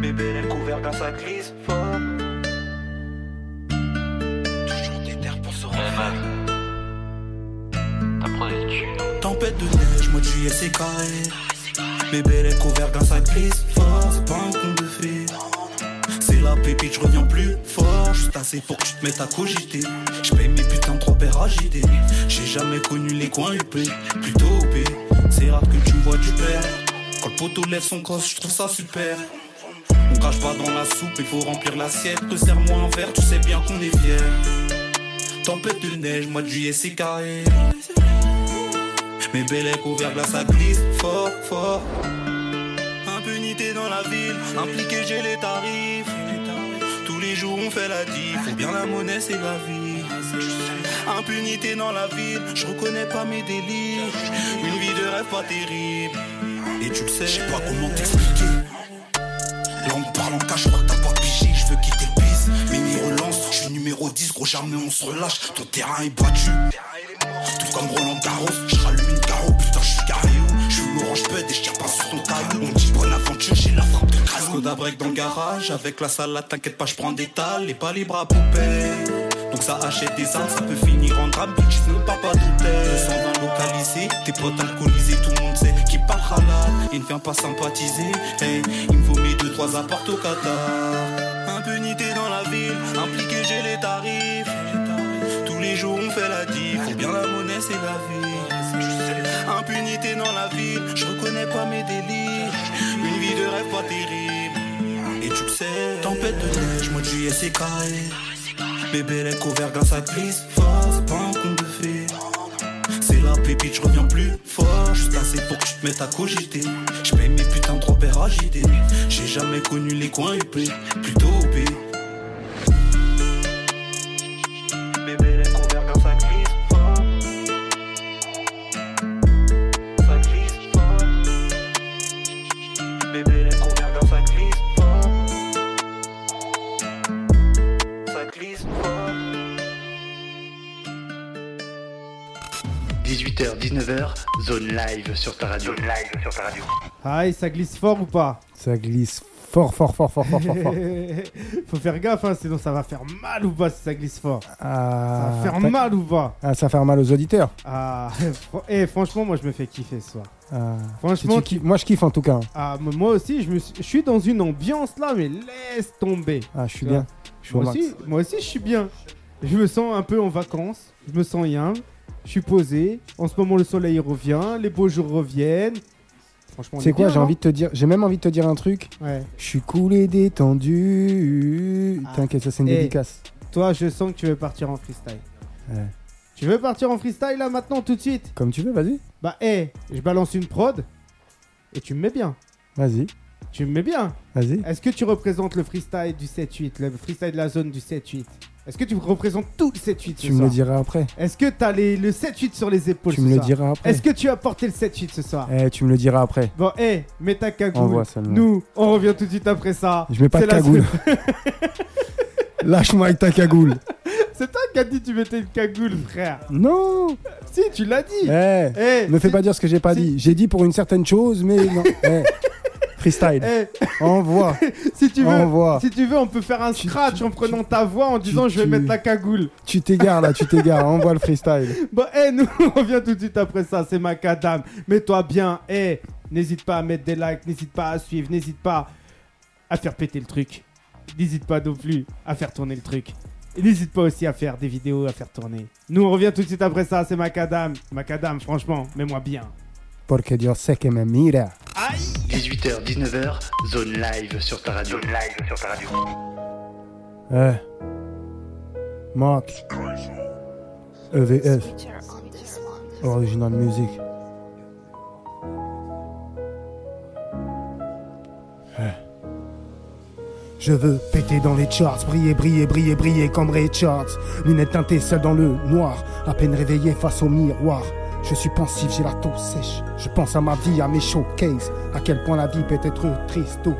S2: Bébé, les couverts quand ça glisse fort.
S8: tempête de neige, mois de juillet c'est carré. Bébé, les couvert grâce à Chris Ford, c'est pas un con de fées. C'est la pépite, je reviens plus fort, juste assez pour que tu te mettes à cogiter. Je paye mes putains de trois paires agitées. J'ai jamais connu les coins huppés, plutôt huppés. C'est rare que tu me vois du père. Quand le poteau lève son cross, je trouve ça super. On crache pas dans la soupe, il faut remplir l'assiette. Te serre-moi un verre, tu sais bien qu'on est fiers. Tempête de neige, mois de juillet c'est carré. Mes belles couverts là ça glisse fort fort Impunité dans la ville, impliqué j'ai les tarifs Tous les jours on fait la diff, faut bien la monnaie c'est la vie Impunité dans la ville, je reconnais pas mes délires Une vie de rêve pas terrible Et tu le sais, je sais pas comment t'expliquer Là on me parle en cache, pas que t'as pas pigé, je veux quitter le bis Mimi relance, je suis numéro 10, gros jamais on se relâche Ton terrain est battu tout comme Roland Garros, je rallume une carreau, putain je suis carré Je suis orange pet et je tiens pas sur ton taillot On dit bonne aventure, j'ai la frappe de crâne Skoda break dans le garage, avec la salade t'inquiète pas je prends des tales Et pas les bras poupées Donc ça achète des armes, ça peut finir en drame Bitch je veux pas pas douter 220 localisés, tes potes alcoolisés Tout le monde sait qui part là Il ne vient pas sympathiser Hey, il me faut mes deux trois apparts au Qatar Impunité dans la ville, impliqué j'ai les tarifs tous les jours on fait la diff, faut bien la monnaie c'est la vie Impunité dans la ville, je reconnais pas mes délires Une vie de rêve pas terrible Et tu le sais, tempête de neige, mois de juillet c'est carré Bébé les couvert grâce à Chris Ford, c'est pas un con de fées C'est la pépite, je reviens plus fort Juste assez pour que tu te mettes à cogiter Je paye mes putains de trois paires agitées J'ai jamais connu les coins huppés, plutôt huppés Bébé, les couverts comme ça glisse fort. Ça glisse fort. Bébé, les couverts comme ça glisse fort. Ça glisse fort.
S1: 18h, 19h, zone live sur ta radio. Zone live sur ta radio.
S3: Aïe, ça glisse fort ou pas
S4: Ça glisse fort, fort, fort, fort, fort, fort, fort.
S3: Faut faire gaffe, hein, sinon ça va faire mal ou pas si ça glisse fort.
S4: Ah,
S3: ça va faire
S4: tac.
S3: mal ou pas
S4: Ah, ça va faire mal aux auditeurs.
S3: Ah, fran- eh, franchement, moi je me fais kiffer ce soir.
S4: Ah,
S3: Franchement,
S4: tu- tu kiffes- moi je kiffe en tout cas.
S3: Ah, mais moi aussi, je, me suis- je suis dans une ambiance là, mais laisse tomber.
S4: Ah, je suis
S3: Tu
S4: bien.
S3: vois.
S4: Je suis au
S3: Moi
S4: max.
S3: aussi, moi aussi, je suis bien. Je me sens un peu en vacances. Je me sens bien. Je suis posé. En ce moment, le soleil revient. Les beaux jours reviennent. Franchement, on
S4: C'est
S3: est bien,
S4: quoi
S3: hein.
S4: J'ai
S3: non
S4: envie de te dire, j'ai même envie de te dire un truc.
S3: Ouais.
S4: Je suis cool et détendu.
S3: Ah.
S4: T'inquiète, ça c'est une
S3: Eh,
S4: dédicace.
S3: Toi, je sens que tu veux partir en freestyle.
S4: Ouais.
S3: Tu veux partir en freestyle là maintenant, tout de suite
S4: Comme tu veux, vas-y,
S3: Bah, hé, je balance une prod. Et tu me mets bien.
S4: vas-y,
S3: Tu me mets bien.
S4: vas-y.
S3: Est-ce que tu représentes le freestyle du 7-8, le freestyle de la zone du 7-8 Est-ce que tu représentes tout le 7-8 ce
S4: Tu me le
S3: soir
S4: diras après.
S3: Est-ce que t'as les- le 7-8 sur les épaules
S4: Tu
S3: ce
S4: me le
S3: soir
S4: diras après.
S3: Est-ce que tu as porté le 7-8 ce soir
S4: Eh, tu me le diras après.
S3: Bon, hé, mets ta cagoule.
S4: Envoie seulement.
S3: Nous, on revient tout de suite après ça.
S4: Je mets pas
S3: C'est
S4: de
S3: la
S4: cagoule.
S3: seule-
S4: Lâche-moi avec ta cagoule.
S3: C'est toi qui as dit tu mettais une cagoule, frère.
S4: non
S3: Si, tu l'as dit.
S4: Eh,
S3: Eh,
S4: ne fais
S3: si-
S4: pas dire ce que j'ai pas
S3: si-
S4: dit. J'ai dit pour une certaine chose, mais non. Eh, Freestyle.
S3: Eh,
S4: Envoie.
S3: si tu veux,
S4: Envoie.
S3: si tu veux, on peut faire un scratch en prenant ta voix en disant je vais
S4: tu-
S3: mettre la cagoule.
S4: Tu t'égares là, tu t'égares. Envoie le freestyle.
S3: Bon, eh, nous, on revient tout de suite après ça. C'est Macadam. Mets-toi bien. Eh, n'hésite pas à mettre des likes, n'hésite pas à suivre, n'hésite pas à faire péter le truc. N'hésite pas non plus à faire tourner le truc. Et N'hésite pas aussi à faire des vidéos, à faire tourner. Nous, on revient tout de suite après ça. C'est Macadam. Macadam, franchement, mets-moi bien.
S4: Porque Dios sé que me mira.
S1: 18h, 19h, zone live sur ta radio. Zone live sur ta radio.
S4: Eh. Mark. EVF. E Original music. Je veux péter dans les charts, briller, briller, briller, briller comme Ray Charles. Lunettes teintées, seul dans le noir, à peine réveillé face au miroir. Je suis pensif, j'ai la toux sèche. Je pense à ma vie, à mes showcases, à quel point la vie peut être triste. Oh,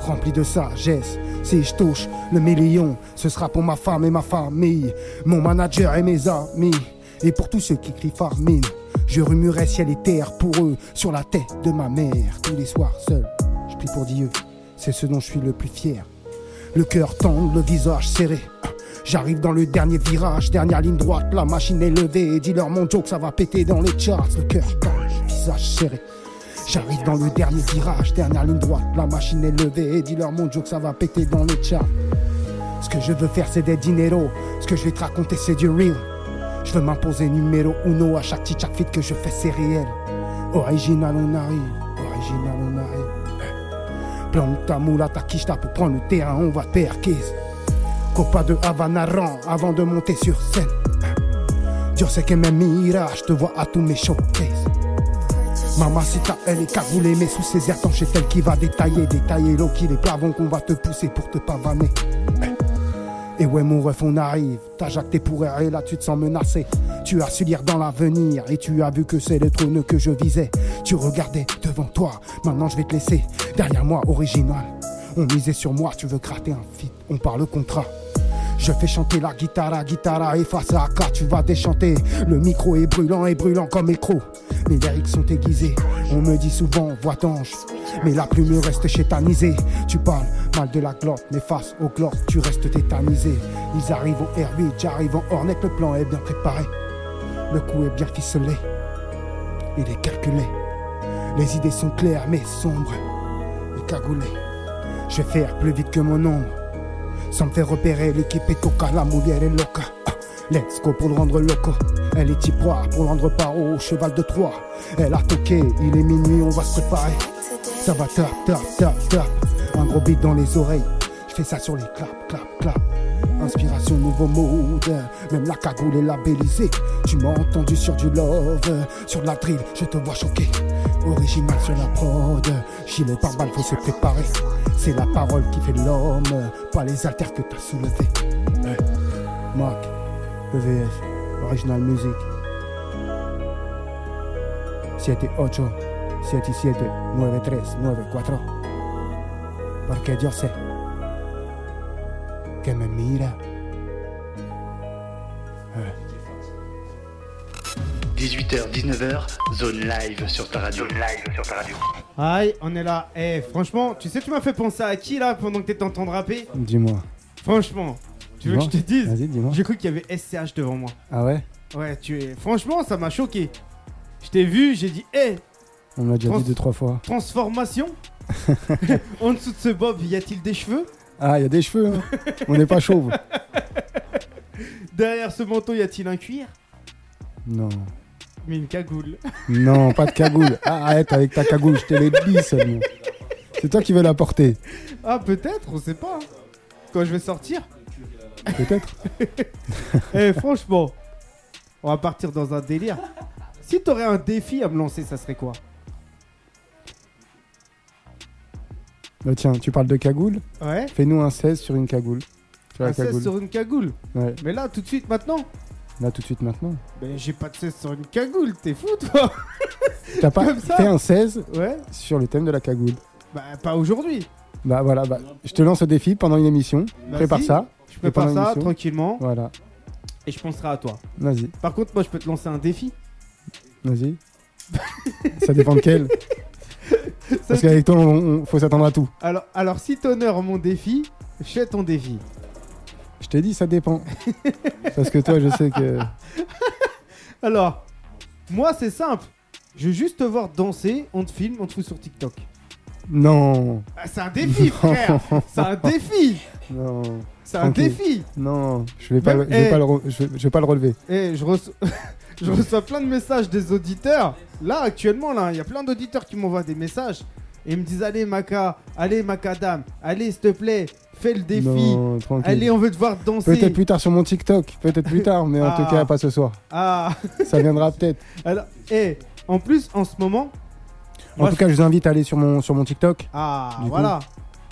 S4: Rempli de sagesse, si je touche le million, ce sera pour ma femme et ma famille, mon manager et mes amis, et pour tous ceux qui crient farmine. Je rumurais ciel et terre pour eux, sur la tête de ma mère, tous les soirs seul. Je prie pour Dieu, c'est ce dont je suis le plus fier. Le cœur tendre, le visage serré. J'arrive dans le dernier virage, dernière ligne droite, la machine est levée. Dis-leur mon joke, ça va péter dans les charts. Le cœur tendre, visage serré. J'arrive dans le dernier virage, dernière ligne droite, la machine est levée et dis-leur mon jour que ça va péter dans le chat. Ce que je veux faire c'est des dineros, ce que je vais te raconter c'est du real. Je veux m'imposer numéro uno à chaque tic, chaque feat que je fais c'est réel. Original on arrive, original on arrive. Plante ta moula, ta quicheta pour prendre le terrain, on va te perquer. Copa de Havana rang avant de monter sur scène. Dieu sait que même mirage, je te vois à tous mes showcases. Mamacita, elle est cagoulée, mais sous ses airs c'est elle qui va détailler, détailler l'eau qui les plavons qu'on va te pousser pour te pavaner. Et ouais, mon ref, on arrive. T'as jacté pour errer, là tu te sens menacé. Tu as su lire dans l'avenir et tu as vu que c'est le trône que je visais. Tu regardais devant toi, maintenant je vais te laisser. Derrière moi, original. On misait sur moi, tu veux gratter un fit, on parle contrat. Je fais chanter la guitare, guitare et face à AK, tu vas déchanter. Le micro est brûlant et brûlant comme écro. Mes lyrics sont aiguisés, on me dit souvent voix d'ange. Mais la plume reste chétanisée. Tu parles mal de la glotte, mais face au glotte, tu restes tétanisé. Ils arrivent au R8, j'arrive en Hornet, le plan est bien préparé. Le coup est bien ficelé, il est calculé. Les idées sont claires mais sombres et cagoulées. Je vais faire plus vite que mon ombre. Ça me fait repérer l'équipe est toca, la mouillère est loca. Ah, Let's go pour le rendre loco. Elle est iproie pour le rendre paro au cheval de Troie. Elle a toqué, il est minuit, on va se préparer. Ça va tap, tap, tap, tap. Un gros beat dans les oreilles. Je fais ça sur les clap, clap, clap. Inspiration, nouveau mode. Même la cagoule est labellisée. Tu m'as entendu sur du love. Sur de la drill, je te vois choqué. Original sur la prod. Gilet par balle, faut se préparer. C'est la parole qui fait l'homme. Pas les haltères que t'as soulevés. Hey. Mac, EVF, Original Music. Siete, ocho, siete, siete, nueve, tres, nueve, cuatro. Porque yo sé que me mira.
S1: 18h, 19h, zone live sur ta radio. live sur ta radio.
S3: Aïe, on est là. Eh, franchement, tu sais, tu m'as fait penser à qui là pendant que t'étais en train de rapper
S4: Dis-moi.
S3: Franchement, tu veux que je te dise
S4: Vas-y, dis-moi.
S3: J'ai cru qu'il y avait SCH devant moi.
S4: Ah ouais
S3: Ouais, tu es. Franchement, ça m'a choqué. Je t'ai vu, j'ai dit, eh, hé,
S4: On me l'a déjà
S3: Trans-
S4: dit deux, trois fois.
S3: transformation En dessous de ce Bob, y a-t-il des cheveux
S4: Ah, il y a des cheveux, hein. On n'est pas chauve.
S3: Derrière ce manteau, y a-t-il un cuir
S4: Non.
S3: Mais une cagoule.
S4: Non, pas de cagoule. Ah, arrête avec ta cagoule, je te l'ai dit seulement. C'est toi qui veux la porter,
S3: Ah, peut-être, on sait pas. hein. Quand je vais sortir.
S4: peut-être.
S3: Eh, franchement, on va partir dans un délire. Si t'aurais un défi à me lancer, ça serait quoi
S4: Bah, tiens, tu parles de cagoule
S3: Ouais
S4: Fais-nous un 16 sur une cagoule. Sur la
S3: Un 16
S4: cagoule.
S3: sur une cagoule.
S4: Ouais,
S3: Mais là, tout de suite, maintenant
S4: là tout de suite maintenant.
S3: Ben, j'ai pas de 16 sur une cagoule, t'es fou, toi
S4: T'as pas
S3: Comme ça
S4: fait un 16
S3: Ouais
S4: sur le thème de la cagoule.
S3: Bah, pas aujourd'hui.
S4: Bah voilà, bah, je te lance au défi pendant une émission.
S3: Vas-y.
S4: Prépare ça.
S3: Je prépare
S4: pendant
S3: ça
S4: l'émission
S3: tranquillement
S4: Voilà,
S3: et je penserai à toi.
S4: vas-y,
S3: Par contre, moi, je peux te lancer un défi.
S4: vas-y. ça dépend de quel.
S3: Ça,
S4: Parce qu'avec toi, on, on- faut s'attendre à tout.
S3: Alors, alors si t'honores mon défi, je fais ton défi.
S4: Je t'ai dit, ça dépend. Parce que toi, je sais que.
S3: Alors, moi, c'est simple. Je veux juste te voir danser, on te filme, on te fout sur TikTok.
S4: Non,
S3: Ah, c'est un défi, frère C'est un défi
S4: non,
S3: C'est un
S4: Ok.
S3: défi
S4: non. Je vais pas, le- je vais
S3: Eh.
S4: pas le, re- je vais- je vais pas le relever.
S3: Et Eh, je, reço- je reçois plein de messages des auditeurs. Là, actuellement, là, il y a plein d'auditeurs qui m'envoient des messages. Et ils me disent Allez, Maca, allez, Macadam, allez, s'il te plaît, fais le défi.
S4: Non, tranquille.
S3: Allez, on veut te voir danser.
S4: Peut-être plus tard sur mon TikTok, peut-être plus tard, mais en
S3: Ah.
S4: tout cas pas ce soir.
S3: Ah
S4: Ça viendra peut-être.
S3: Alors, eh, en plus, en ce moment.
S4: En
S3: Moi,
S4: tout cas, je vous invite à aller sur mon, sur mon TikTok.
S3: Ah,
S4: Du coup,
S3: voilà.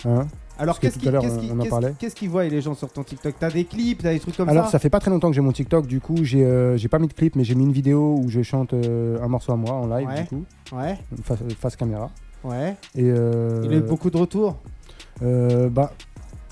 S4: hein.
S3: Alors,
S4: que
S3: qu'est-ce
S4: tout
S3: qui-
S4: à l'heure,
S3: qu'est-ce
S4: on-
S3: qui-
S4: on en
S3: qu'est-ce-
S4: parlait.
S3: qu'est-ce qu'ils voient les gens sur ton TikTok T'as des clips, t'as des trucs comme
S4: Alors,
S3: ça
S4: ça fait pas très longtemps que j'ai mon TikTok, du coup, j'ai euh, j'ai pas mis de clip, mais j'ai mis une vidéo où je chante euh, un morceau à moi en live,
S3: Ouais.
S4: du coup,
S3: Ouais,
S4: face, face caméra.
S3: ouais.
S4: Et euh,
S3: Il a eu beaucoup de retours.
S4: euh, bah,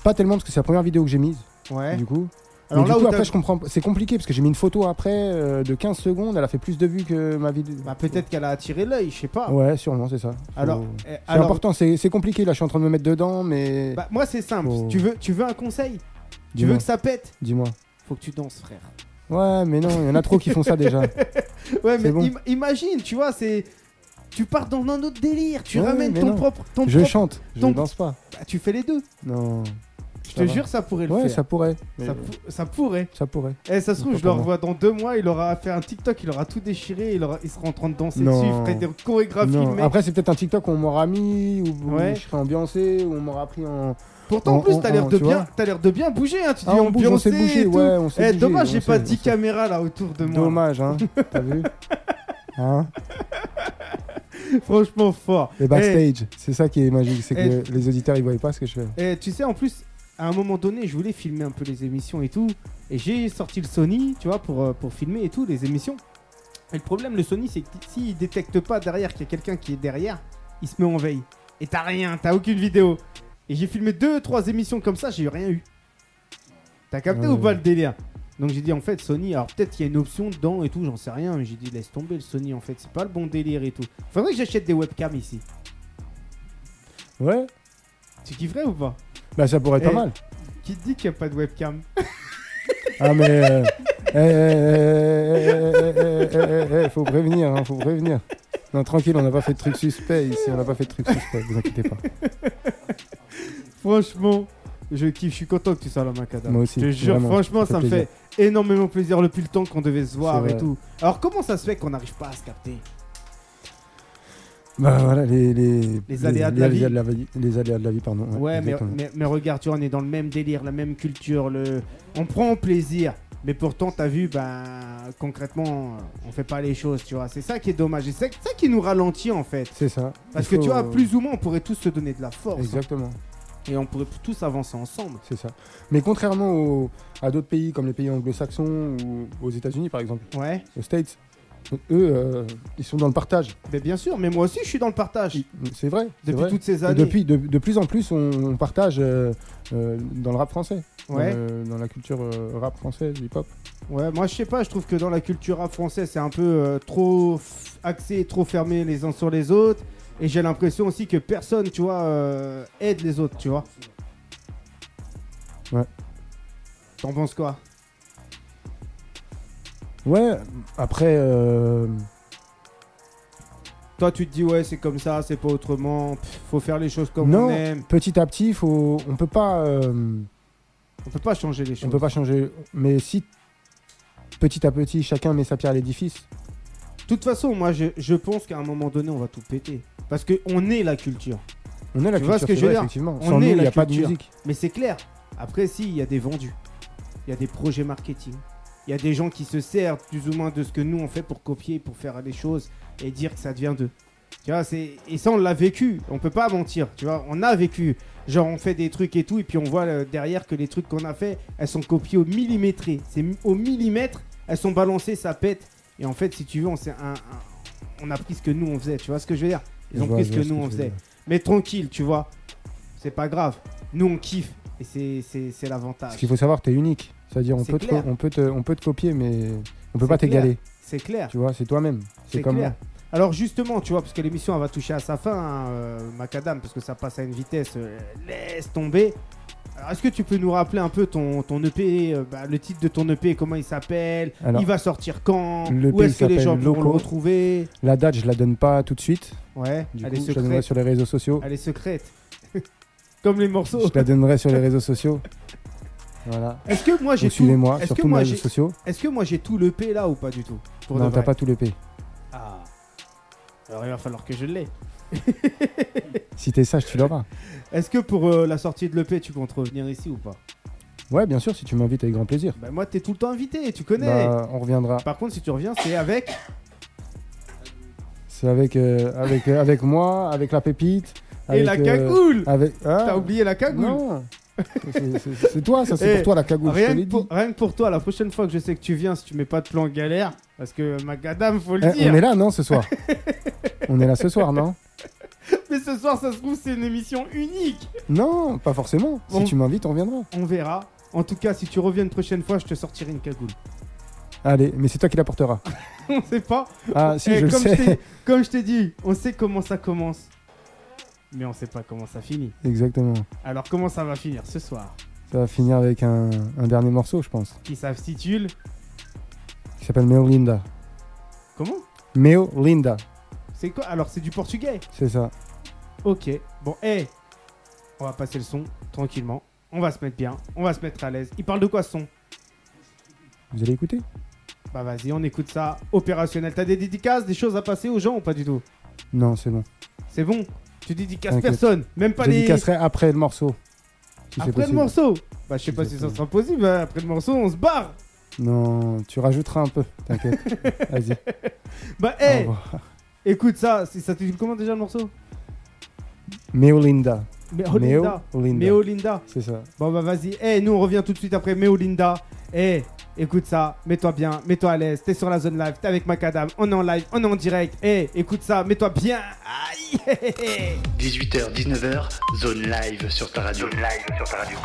S4: pas tellement parce que c'est la première vidéo que j'ai mise,
S3: Ouais.
S4: du coup.
S3: Alors
S4: Alors
S3: là
S4: du
S3: où
S4: coup,
S3: t'as-
S4: après, je comprends. C'est compliqué parce que j'ai mis une photo après euh, de 15 secondes, elle a fait plus de vues que ma vidéo.
S3: Bah, peut-être qu'elle a attiré l'œil, je sais pas.
S4: Ouais, sûrement, c'est ça.
S3: Alors,
S4: Faut-
S3: eh,
S4: C'est
S3: alors,
S4: important, c'est c'est compliqué là, je suis en train de me mettre dedans, mais.
S3: bah, moi c'est simple.
S4: Faut-
S3: Tu veux, tu veux un conseil Tu
S4: Dis-moi.
S3: veux que ça pète
S4: Dis-moi.
S3: Faut que tu danses, frère.
S4: Ouais, mais non, il y en a trop qui font ça déjà.
S3: Ouais, mais
S4: bon.
S3: im- imagine, tu vois, c'est tu pars dans un autre délire. Tu
S4: Ouais,
S3: ramènes
S4: mais
S3: ton
S4: non.
S3: propre. Ton
S4: Je
S3: propre-
S4: chante, je
S3: ton-
S4: ne danse pas.
S3: Bah, tu fais les deux.
S4: Non.
S3: Je te jure, hein. ça pourrait le
S4: Ouais,
S3: faire.
S4: ça pourrait.
S3: Ça,
S4: Mais-
S3: pou- ça pourrait.
S4: Ça pourrait.
S3: Eh, ça se trouve,
S4: Pourquoi
S3: je le
S4: pas hein.
S3: revois dans deux mois, il aura fait un TikTok, il aura tout déchiré, il, aura- il sera en train de danser dessus, il ferait des chorégraphies.
S4: Non. Ah,
S3: mec.
S4: Après, c'est peut-être un TikTok où on m'aura mis, où où
S3: Ouais.
S4: je serai ambiancé, où on m'aura pris en.
S3: Pourtant, en plus, t'as l'air de
S4: tu
S3: bien,
S4: vois.
S3: t'as l'air de bien bouger. Hein. Tu dis
S4: Ah, on bouge, on
S3: ambiancé
S4: s'est bougé,
S3: et tout.
S4: ouais, on s'est
S3: Eh,
S4: bougé,
S3: dommage,
S4: on
S3: j'ai
S4: s'est-
S3: pas
S4: on
S3: 10
S4: s'est-
S3: caméras là autour de moi.
S4: Dommage, hein. T'as vu Hein
S3: Franchement, fort.
S4: Les
S3: Eh,
S4: backstage, c'est ça qui est magique, c'est
S3: Eh.
S4: que les auditeurs ils voyaient pas ce que je fais.
S3: Et tu sais, en plus, à un moment donné, je voulais filmer un peu les émissions et tout. Et j'ai sorti le Sony, tu vois, pour, euh, pour filmer et tout, les émissions. Et le problème, le Sony, c'est que s'il détecte pas derrière qu'il y a quelqu'un qui est derrière, il se met en veille. Et t'as rien, t'as aucune vidéo. Et j'ai filmé deux, trois émissions comme ça, j'ai eu rien eu. T'as capté
S4: Ouais.
S3: ou pas le délire Donc j'ai dit en fait Sony, alors peut-être qu'il y a une option dedans et tout, j'en sais rien, mais j'ai dit laisse tomber le Sony en fait, c'est pas le bon délire et tout. Faudrait que j'achète des webcams ici.
S4: Ouais,
S3: Tu kifferais ou pas
S4: bah ça pourrait être
S3: Eh,
S4: pas mal.
S3: Qui te dit qu'il n'y a pas de webcam
S4: Ah mais euh, eh, eh, eh, eh, eh, eh, eh, eh, eh, faut prévenir, hein, faut prévenir. Non tranquille, on n'a pas fait de trucs suspects ici, on n'a pas fait de trucs suspects, vous inquiétez pas.
S3: Franchement, je kiffe, je suis content que tu sois là, Macadam.
S4: Moi aussi,
S3: Je te jure,
S4: vraiment,
S3: franchement,
S4: ça
S3: ça
S4: fait
S3: me fait énormément plaisir depuis le temps qu'on devait se voir
S4: C'est
S3: et
S4: vrai.
S3: tout. Alors, comment ça se fait qu'on n'arrive pas à se capter
S4: Bah voilà les les,
S3: Les aléas de la vie.
S4: les aléas de la vie pardon.
S3: Ouais, mais,
S4: exactement.
S3: mais, mais regarde, tu vois, on est dans le même délire, la même culture, le... on prend plaisir. Mais pourtant, t'as vu, ben, concrètement, on fait pas les choses, tu vois. C'est ça qui est dommage. Et c'est ça qui nous ralentit, en fait.
S4: c'est ça.
S3: Parce
S4: Il
S3: que, tu
S4: faut,
S3: vois,
S4: euh,
S3: plus ou moins, on pourrait tous se donner de la force. hein.
S4: Exactement.
S3: Et on pourrait tous avancer ensemble.
S4: C'est ça. Mais contrairement au- à d'autres pays comme les pays anglo-saxons ou aux États-Unis par exemple,
S3: Ouais.
S4: aux States, eux euh, ils sont dans le partage.
S3: Mais bien sûr, mais moi aussi, je suis dans le partage.
S4: C'est vrai. c'est
S3: Depuis
S4: vrai.
S3: toutes ces
S4: Et
S3: années.
S4: Depuis, de, de plus en plus, on, on partage euh, euh, dans le rap français. Dans
S3: Ouais.
S4: le- Dans, la culture euh, rap française, hip-hop.
S3: Ouais, moi je sais pas, je trouve que dans la culture rap française, c'est un peu euh, trop f- axé, trop fermé les uns sur les autres. Et j'ai l'impression aussi que personne, tu vois, euh, aide les autres, tu vois.
S4: Ouais.
S3: T'en penses quoi
S4: Ouais, après. euh,
S3: Toi, tu te dis, ouais, c'est comme ça, c'est pas autrement, pff, faut faire les choses comme
S4: non,
S3: on aime.
S4: petit à petit, faut, on peut pas. euh,
S3: On peut pas changer les
S4: on
S3: choses.
S4: peut pas changer. Mais si petit à petit, chacun met sa pierre à l'édifice.
S3: De toute façon, moi je, je pense qu'à un moment donné, on va tout péter. Parce qu'on est la culture.
S4: On est la
S3: tu
S4: culture.
S3: vois ce que
S4: c'est
S3: je veux
S4: vrai,
S3: dire
S4: Effectivement.
S3: On
S4: Sans
S3: est
S4: nous, il
S3: la
S4: n'y a pas de
S3: culture.
S4: musique.
S3: Mais c'est clair. Après, si, il y a des vendus. Il y a des projets marketing. Il y a des gens qui se servent plus ou moins de ce que nous on fait pour copier, pour faire les choses et dire que ça devient d'eux. Tu vois, c'est et ça on l'a vécu. On peut pas mentir. Tu vois, on a vécu. Genre on fait des trucs et tout et puis on voit euh, derrière que les trucs qu'on a fait, elles sont copiées au millimétré. C'est mi- au millimètre, elles sont balancées, ça pète. Et en fait, si tu veux, on, s'est un- un- on a pris ce que nous on faisait. Tu vois ce que je veux dire Ils
S4: Je
S3: ont
S4: vois-
S3: pris
S4: je
S3: ce
S4: vois
S3: que
S4: ce que
S3: nous
S4: tu
S3: on
S4: veux
S3: faisait.
S4: dire.
S3: Mais tranquille, tu vois. C'est pas grave. Nous, on kiffe. Et c'est- c'est c'est
S4: Ce
S3: l'avantage.
S4: qu'il faut savoir, t'es unique. C'est-à-dire, on,
S3: Ah, C'est
S4: peut te-
S3: clair.
S4: on, peut te- on peut te copier, mais on peut
S3: C'est
S4: pas t'égaler.
S3: clair. C'est clair.
S4: Tu vois, c'est toi-même. C'est
S3: C'est
S4: comme
S3: clair. Alors, justement, tu vois, parce que l'émission elle va toucher à sa fin, hein, euh, Macadam, parce que ça passe à une vitesse. euh, laisse tomber. Alors, est-ce que tu peux nous rappeler un peu ton, ton EP, euh, bah, le titre de ton EP, comment il s'appelle
S4: Alors,
S3: Il va sortir quand
S4: le
S3: Où
S4: EP,
S3: est-ce que les
S4: il
S3: gens
S4: s'appelle
S3: vont le
S4: Loco.
S3: retrouver
S4: La date, je la donne pas tout de suite.
S3: Ouais,
S4: Du
S3: elle
S4: coup,
S3: est
S4: je la donnerai
S3: secrète.
S4: sur les réseaux sociaux.
S3: Elle est secrète. Comme les morceaux.
S4: Je la donnerai sur les réseaux sociaux. Voilà.
S3: Est-ce que moi j'ai
S4: Donc,
S3: tout
S4: Suivez-moi
S3: est-ce
S4: sur
S3: que
S4: tous mes
S3: moi
S4: réseaux
S3: j'ai-
S4: sociaux.
S3: Est-ce que moi j'ai tout le P là ou pas du tout Pour de
S4: Non, t'as
S3: vrai.
S4: pas tout le P.
S3: Ah. Alors il va falloir que je l'ai.
S4: Si t'es sage, tu l'auras.
S3: Est-ce que pour euh, la sortie de l'EP, tu comptes revenir ici ou pas
S4: Ouais, bien sûr, si tu m'invites avec grand plaisir.
S3: Bah moi, t'es tout le temps invité, tu connais.
S4: Bah, on reviendra.
S3: Par contre, si tu reviens, c'est avec.
S4: C'est avec, euh, avec, euh, avec moi, avec la pépite.
S3: Et
S4: avec,
S3: la
S4: euh,
S3: cagoule
S4: avec... hein
S3: T'as oublié la cagoule
S4: Non. C'est- c'est- C'est toi, ça, c'est
S3: Eh,
S4: pour toi la cagoule. je te
S3: rien,
S4: l'ai
S3: que
S4: dit.
S3: pour, rien que pour toi, la prochaine fois que je sais que tu viens, si tu mets pas de plan galère, parce que Macadam, faut le
S4: Eh,
S3: dire.
S4: on est là, non, ce soir On est là ce soir, non
S3: Mais ce soir, ça se trouve, c'est une émission unique.
S4: Non, pas forcément.
S3: Bon.
S4: Si tu m'invites, on viendra.
S3: On verra. En tout cas, si tu reviens une prochaine fois, je te sortirai une cagoule.
S4: Allez, mais c'est toi qui la porteras.
S3: On sait pas.
S4: Ah, si,
S3: Eh,
S4: je le
S3: comme je
S4: sais.
S3: t'ai- comme je t'ai dit, on sait comment ça commence, mais on sait pas comment ça finit.
S4: Exactement.
S3: Alors comment ça va finir ce soir
S4: Ça va finir avec un, un dernier morceau, je pense,
S3: Qui s'intitule
S4: qui s'appelle Meolinda.
S3: comment
S4: Meolinda.
S3: C'est quoi Alors, c'est du portugais
S11: C'est ça.
S3: Ok. Bon, hé On va passer le son tranquillement. On va se mettre bien. On va se mettre à l'aise. Il parle de quoi ce son
S11: Vous allez écouter
S3: Bah, vas-y, on écoute ça. Opérationnel. T'as des dédicaces, des choses à passer aux gens ou pas du tout
S11: Non, c'est bon.
S3: C'est bon Tu dédicaces
S11: T'inquiète.
S3: personne. Même pas
S11: Je
S3: les.
S11: dédicacerai après le morceau. si c'est
S3: Après le
S11: possible.
S3: morceau Bah, je sais pas si ça sera possible. hein. Après le morceau, on se barre
S11: Non, tu rajouteras un peu, t'inquiète. Vas-y.
S3: Bah,
S4: Ah,
S3: hé
S11: Au revoir.
S3: Écoute ça. c'est- Ça t'écoute comment déjà le morceau
S11: Meolinda.
S3: Meolinda.
S11: Meolinda.
S3: Meolinda.
S11: C'est ça.
S3: Bon bah vas-y, Eh, nous on revient tout de suite après Meolinda. Eh, écoute ça, mets-toi bien, mets-toi à l'aise, t'es sur la zone live, t'es avec Macadam, on est en live, on est en direct. Eh, écoute ça, mets-toi bien. Aïe, hé, hé, hé.
S1: 18h, 19h, zone live sur ta radio. Zone live sur ta radio.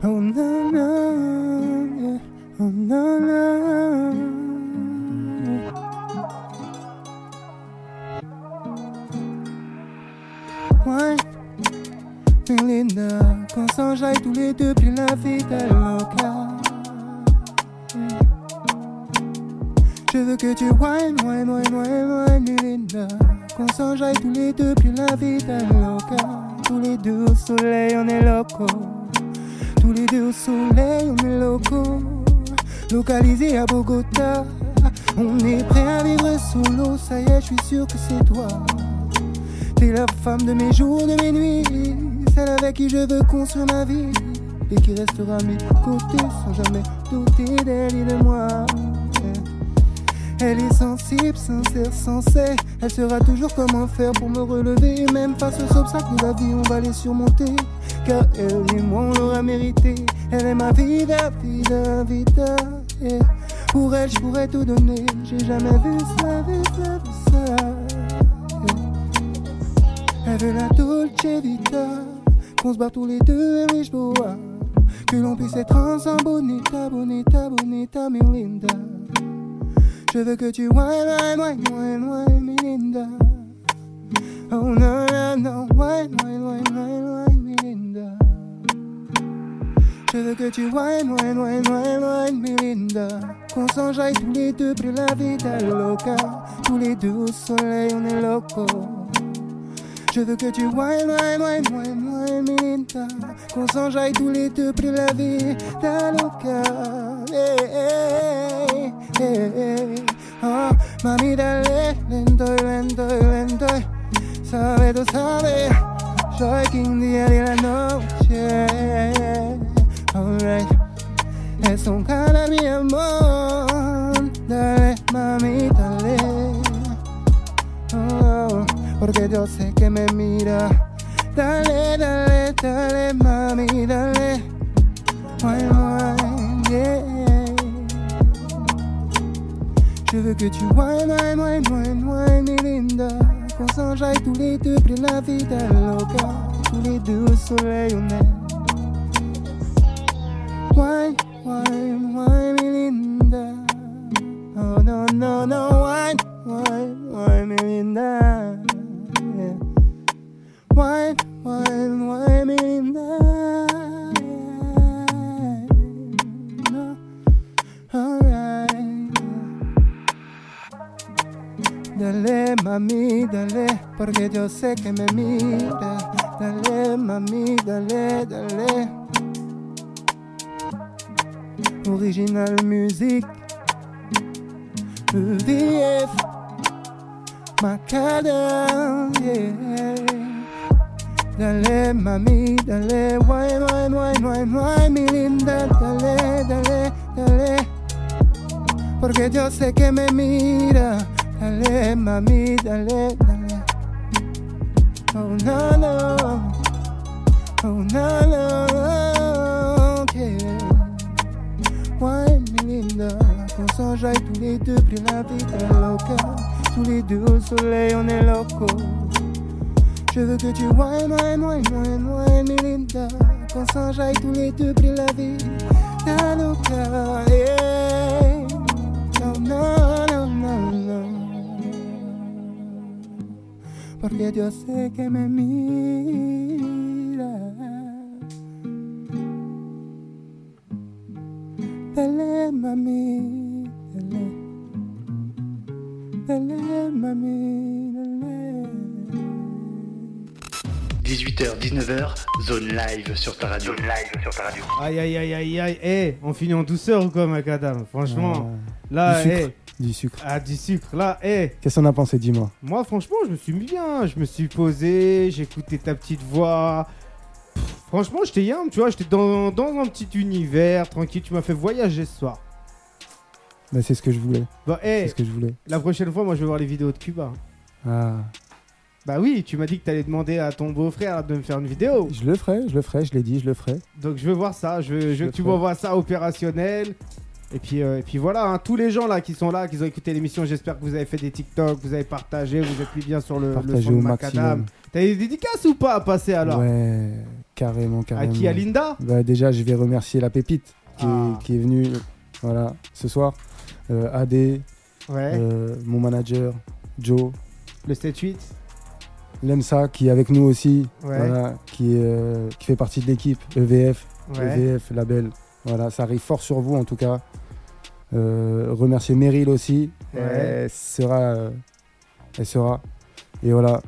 S5: Oh na na, oh na na. Ouais, Melinda, qu'on s'enjaille tous les deux, puis la vie est locale. Je veux que tu wine, wine, wine, wine, wine, Melinda. Qu'on s'enjaille tous les deux, puis la vie est locale. Tous les deux au soleil, on est locaux. Tous les deux au soleil, on est locaux. Localisés à Bogota, on est prêt à vivre sous l'eau. Ça y est, je suis sûr que c'est toi. T'es la femme de mes jours, de mes nuits. Celle avec qui je veux construire ma vie. Et qui restera à mes côtés sans jamais douter d'elle et de moi. Elle est sensible, sincère, sensée. Elle saura toujours comment faire pour me relever. Et même face aux obstacles de la vie, on va les surmonter. Car elle et moi, on l'aura mérité. Elle est ma vida, vida, vida. yeah. Pour elle, je pourrais tout donner. J'ai jamais vu ça, vu ça, vu ça. yeah. Elle veut la Dolce Vita. Qu'on se barre tous les deux, et riche boa. Que l'on puisse être ensemble, bonita, bonita, bonita, Melinda. Je veux que tu wine, wine, wine, wine, wine, Melinda. Oh non, non, non, wine, wine, wine, wine, wine, Melinda. Je veux que tu wine, wine, wine, wine, wine, Melinda. Qu'on s'enjaille tous les deux, plus la vie est loca. Tous les deux au soleil, on est locaux. Je veux que tu wine, wine, wine, wine, wine, Melinda. Qu'on s'enjaille tous les deux, plus la vie ta loca. Eh, Hey, hey, hey, hey. Oh, mami, dale, lento, y lento, y lento. y. Sabe, tú sabes, soy quien día de la noche. Alright. Es un cara, mi amor. Dale, mami, dale. Oh, porque yo sé que me mira. Dale, dale, dale, mami, dale. Wine, wine, yeah. Je veux que tu wine, wine, wine, wine, wine, Melinda. Qu'on s'enjaille tous les deux, pris la vie d'un loca. Tous les deux au soleil, on est. Wine, wine, wine, Melinda. Oh no no no wine wine wine Melinda yeah. Wine wine wine Melinda yeah. no. Alright Dale mami dale porque yo sé que me mira Dale mami dale dale Original musique EDF Macadam, yeah Dale, mami, dale Wine, wine, wine, wine, wine Mi linda, dale, dale, dale Porque yo sé que me mira Dale, mami, dale, dale Oh, no, no Oh, no, no yeah. Wine, Melinda, qu'on s'enjaille tous les deux, pris la vie est loca. Tous les deux au soleil, on est locaux. Je veux que tu wine, wine, wine, wine, wine, Melinda, qu'on s'enjaille tous les deux, pris la vie est loca. Yeah. Non, non, non, non, non. Porque yo sé que me mira.
S1: 18h, 19h, zone live sur ta radio. Zone live sur ta radio.
S3: Aïe aïe aïe aïe aïe, eh, on finit en douceur ou quoi, Macadam Franchement,
S4: Ah,
S3: là,
S4: du
S3: eh,
S4: sucre, du sucre.
S3: ah, du sucre, là, eh.
S4: Qu'est-ce qu'on a pensé, dis-moi
S3: Moi, franchement, je me suis mis bien. Je me suis posé, j'écoutais ta petite voix. Pff, franchement, j'étais yam, tu vois, j'étais dans, dans un petit univers tranquille. Tu m'as fait voyager ce soir.
S4: Bah, c'est ce que je voulais.
S3: Bah, eh,
S4: C'est ce que je voulais.
S3: la prochaine fois, moi, je vais voir les vidéos de Cuba.
S4: Ah.
S3: Bah oui, tu m'as dit que t'allais demander à ton beau-frère de me faire une vidéo.
S4: Je le ferai, je le ferai, je l'ai dit, je le ferai.
S3: Donc je veux voir ça, je veux, je veux
S4: le
S3: que tu
S4: ferai.
S3: m'envoies ça opérationnel. Et puis, euh, et puis voilà, hein, tous les gens là qui sont là, qui ont écouté l'émission, j'espère que vous avez fait des TikTok, vous avez partagé, vous êtes mis bien sur le, le
S4: Partagez
S3: son de
S4: au
S3: Macadam.
S4: maximum.
S3: T'as des dédicaces ou pas à passer alors
S4: Ouais, carrément, carrément.
S3: qui, à Linda
S4: Bah, Déjà, je vais remercier la pépite qui,
S3: Ah.
S4: est, qui est venue voilà, ce soir. Euh, AD, euh, mon manager, Joe,
S3: Le 7-8
S4: Lemsa qui est avec nous aussi,
S3: Ouais.
S4: voilà, qui, est, euh, qui fait partie de l'équipe E EVF,
S3: Ouais.
S4: EVF label. Voilà, ça arrive fort sur vous en tout cas. Euh, remercier Meryl aussi.
S3: Ouais.
S4: Elle sera. euh, elle sera. Et voilà.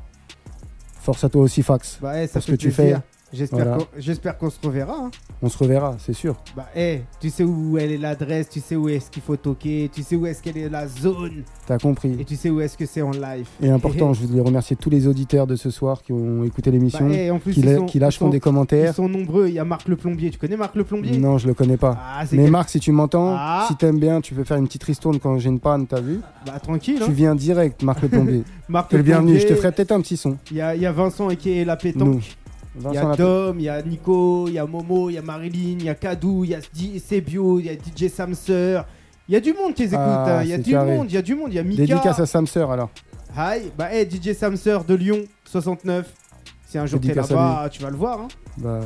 S4: Force à toi aussi, Fax.
S3: Bah, eh, ça
S4: pour ce
S3: fait
S4: que tu fais.
S3: plaisir. J'espère
S4: Voilà.
S3: qu'on- j'espère qu'on se reverra. hein.
S4: On se reverra, c'est sûr.
S3: Bah, eh, tu sais où elle est l'adresse, tu sais où est-ce qu'il faut toquer, tu sais où est-ce qu'elle est la zone,
S4: T'as compris.
S3: et tu sais où est-ce que c'est en live.
S4: Et important, je voulais remercier tous les auditeurs de ce soir qui ont écouté l'émission,
S3: Bah, eh, en plus,
S4: qui,
S3: ils
S4: la-
S3: sont-
S4: qui
S3: ils
S4: lâcheront
S3: sont-
S4: des commentaires.
S3: Ils sont nombreux, il y a Marc le Plombier. Tu connais Marc le Plombier
S4: Non, je le connais pas.
S3: Ah, c'est
S4: Mais
S3: quel-
S4: Marc, si tu m'entends,
S3: Ah.
S4: si t'aimes bien, tu peux faire une petite ristourne quand j'ai une panne, t'as vu
S3: Bah tranquille.
S4: Tu
S3: hein.
S4: viens direct, Marc le plombier.
S3: Marc
S4: T'es
S3: le
S4: le bienvenu,
S3: Plombier.
S4: je te ferai peut-être un petit son.
S3: Il y a, il y a Vincent et qui est la
S4: Nous.
S3: pétanque. Il y
S4: Vincent
S3: a
S4: la-
S3: Dom, il y a Nico, il y a Momo, il y a Marilyn, il y a Kadou, il y a Di- Sebio, il y a DJ Samser. Il y a du monde qui les écoute.
S4: Ah,
S3: hein. Il y a
S4: c'est
S3: du
S4: carré.
S3: monde, il y a du monde. Il y a Mika.
S4: Dédicace à Samser alors.
S3: Hi. Bah, hey, DJ Samser de Lyon, 69. Si un jour t'es
S4: Dédicace à
S3: là-bas, tu vas le voir. hein.
S4: Bah,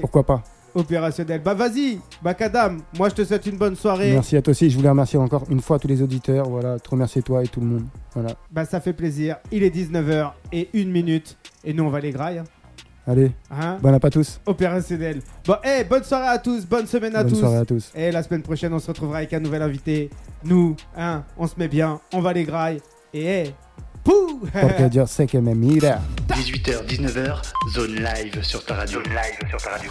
S4: pourquoi pas
S3: Opérationnel. Bah, vas-y, Bakadam. Moi, je te souhaite une bonne soirée.
S4: Merci à toi aussi. Je voulais remercier encore une fois tous les auditeurs. Voilà, te remercier toi et tout le monde. Voilà.
S3: Bah, ça fait plaisir. Il est 19h et une minute. Et nous, on va les grailles. hein.
S4: Allez,
S3: Hein
S4: bonne app à tous.
S3: opérationnel. Bon, eh, bonne soirée à tous, bonne semaine à
S4: Bonne
S3: tous.
S4: soirée à tous.
S3: Et la semaine prochaine, on se retrouvera avec un nouvel invité. Nous, hein, on se met bien, on va les grailles. Et eh, pou
S1: 18h, 19h, zone live sur ta radio. Zone live sur ta radio.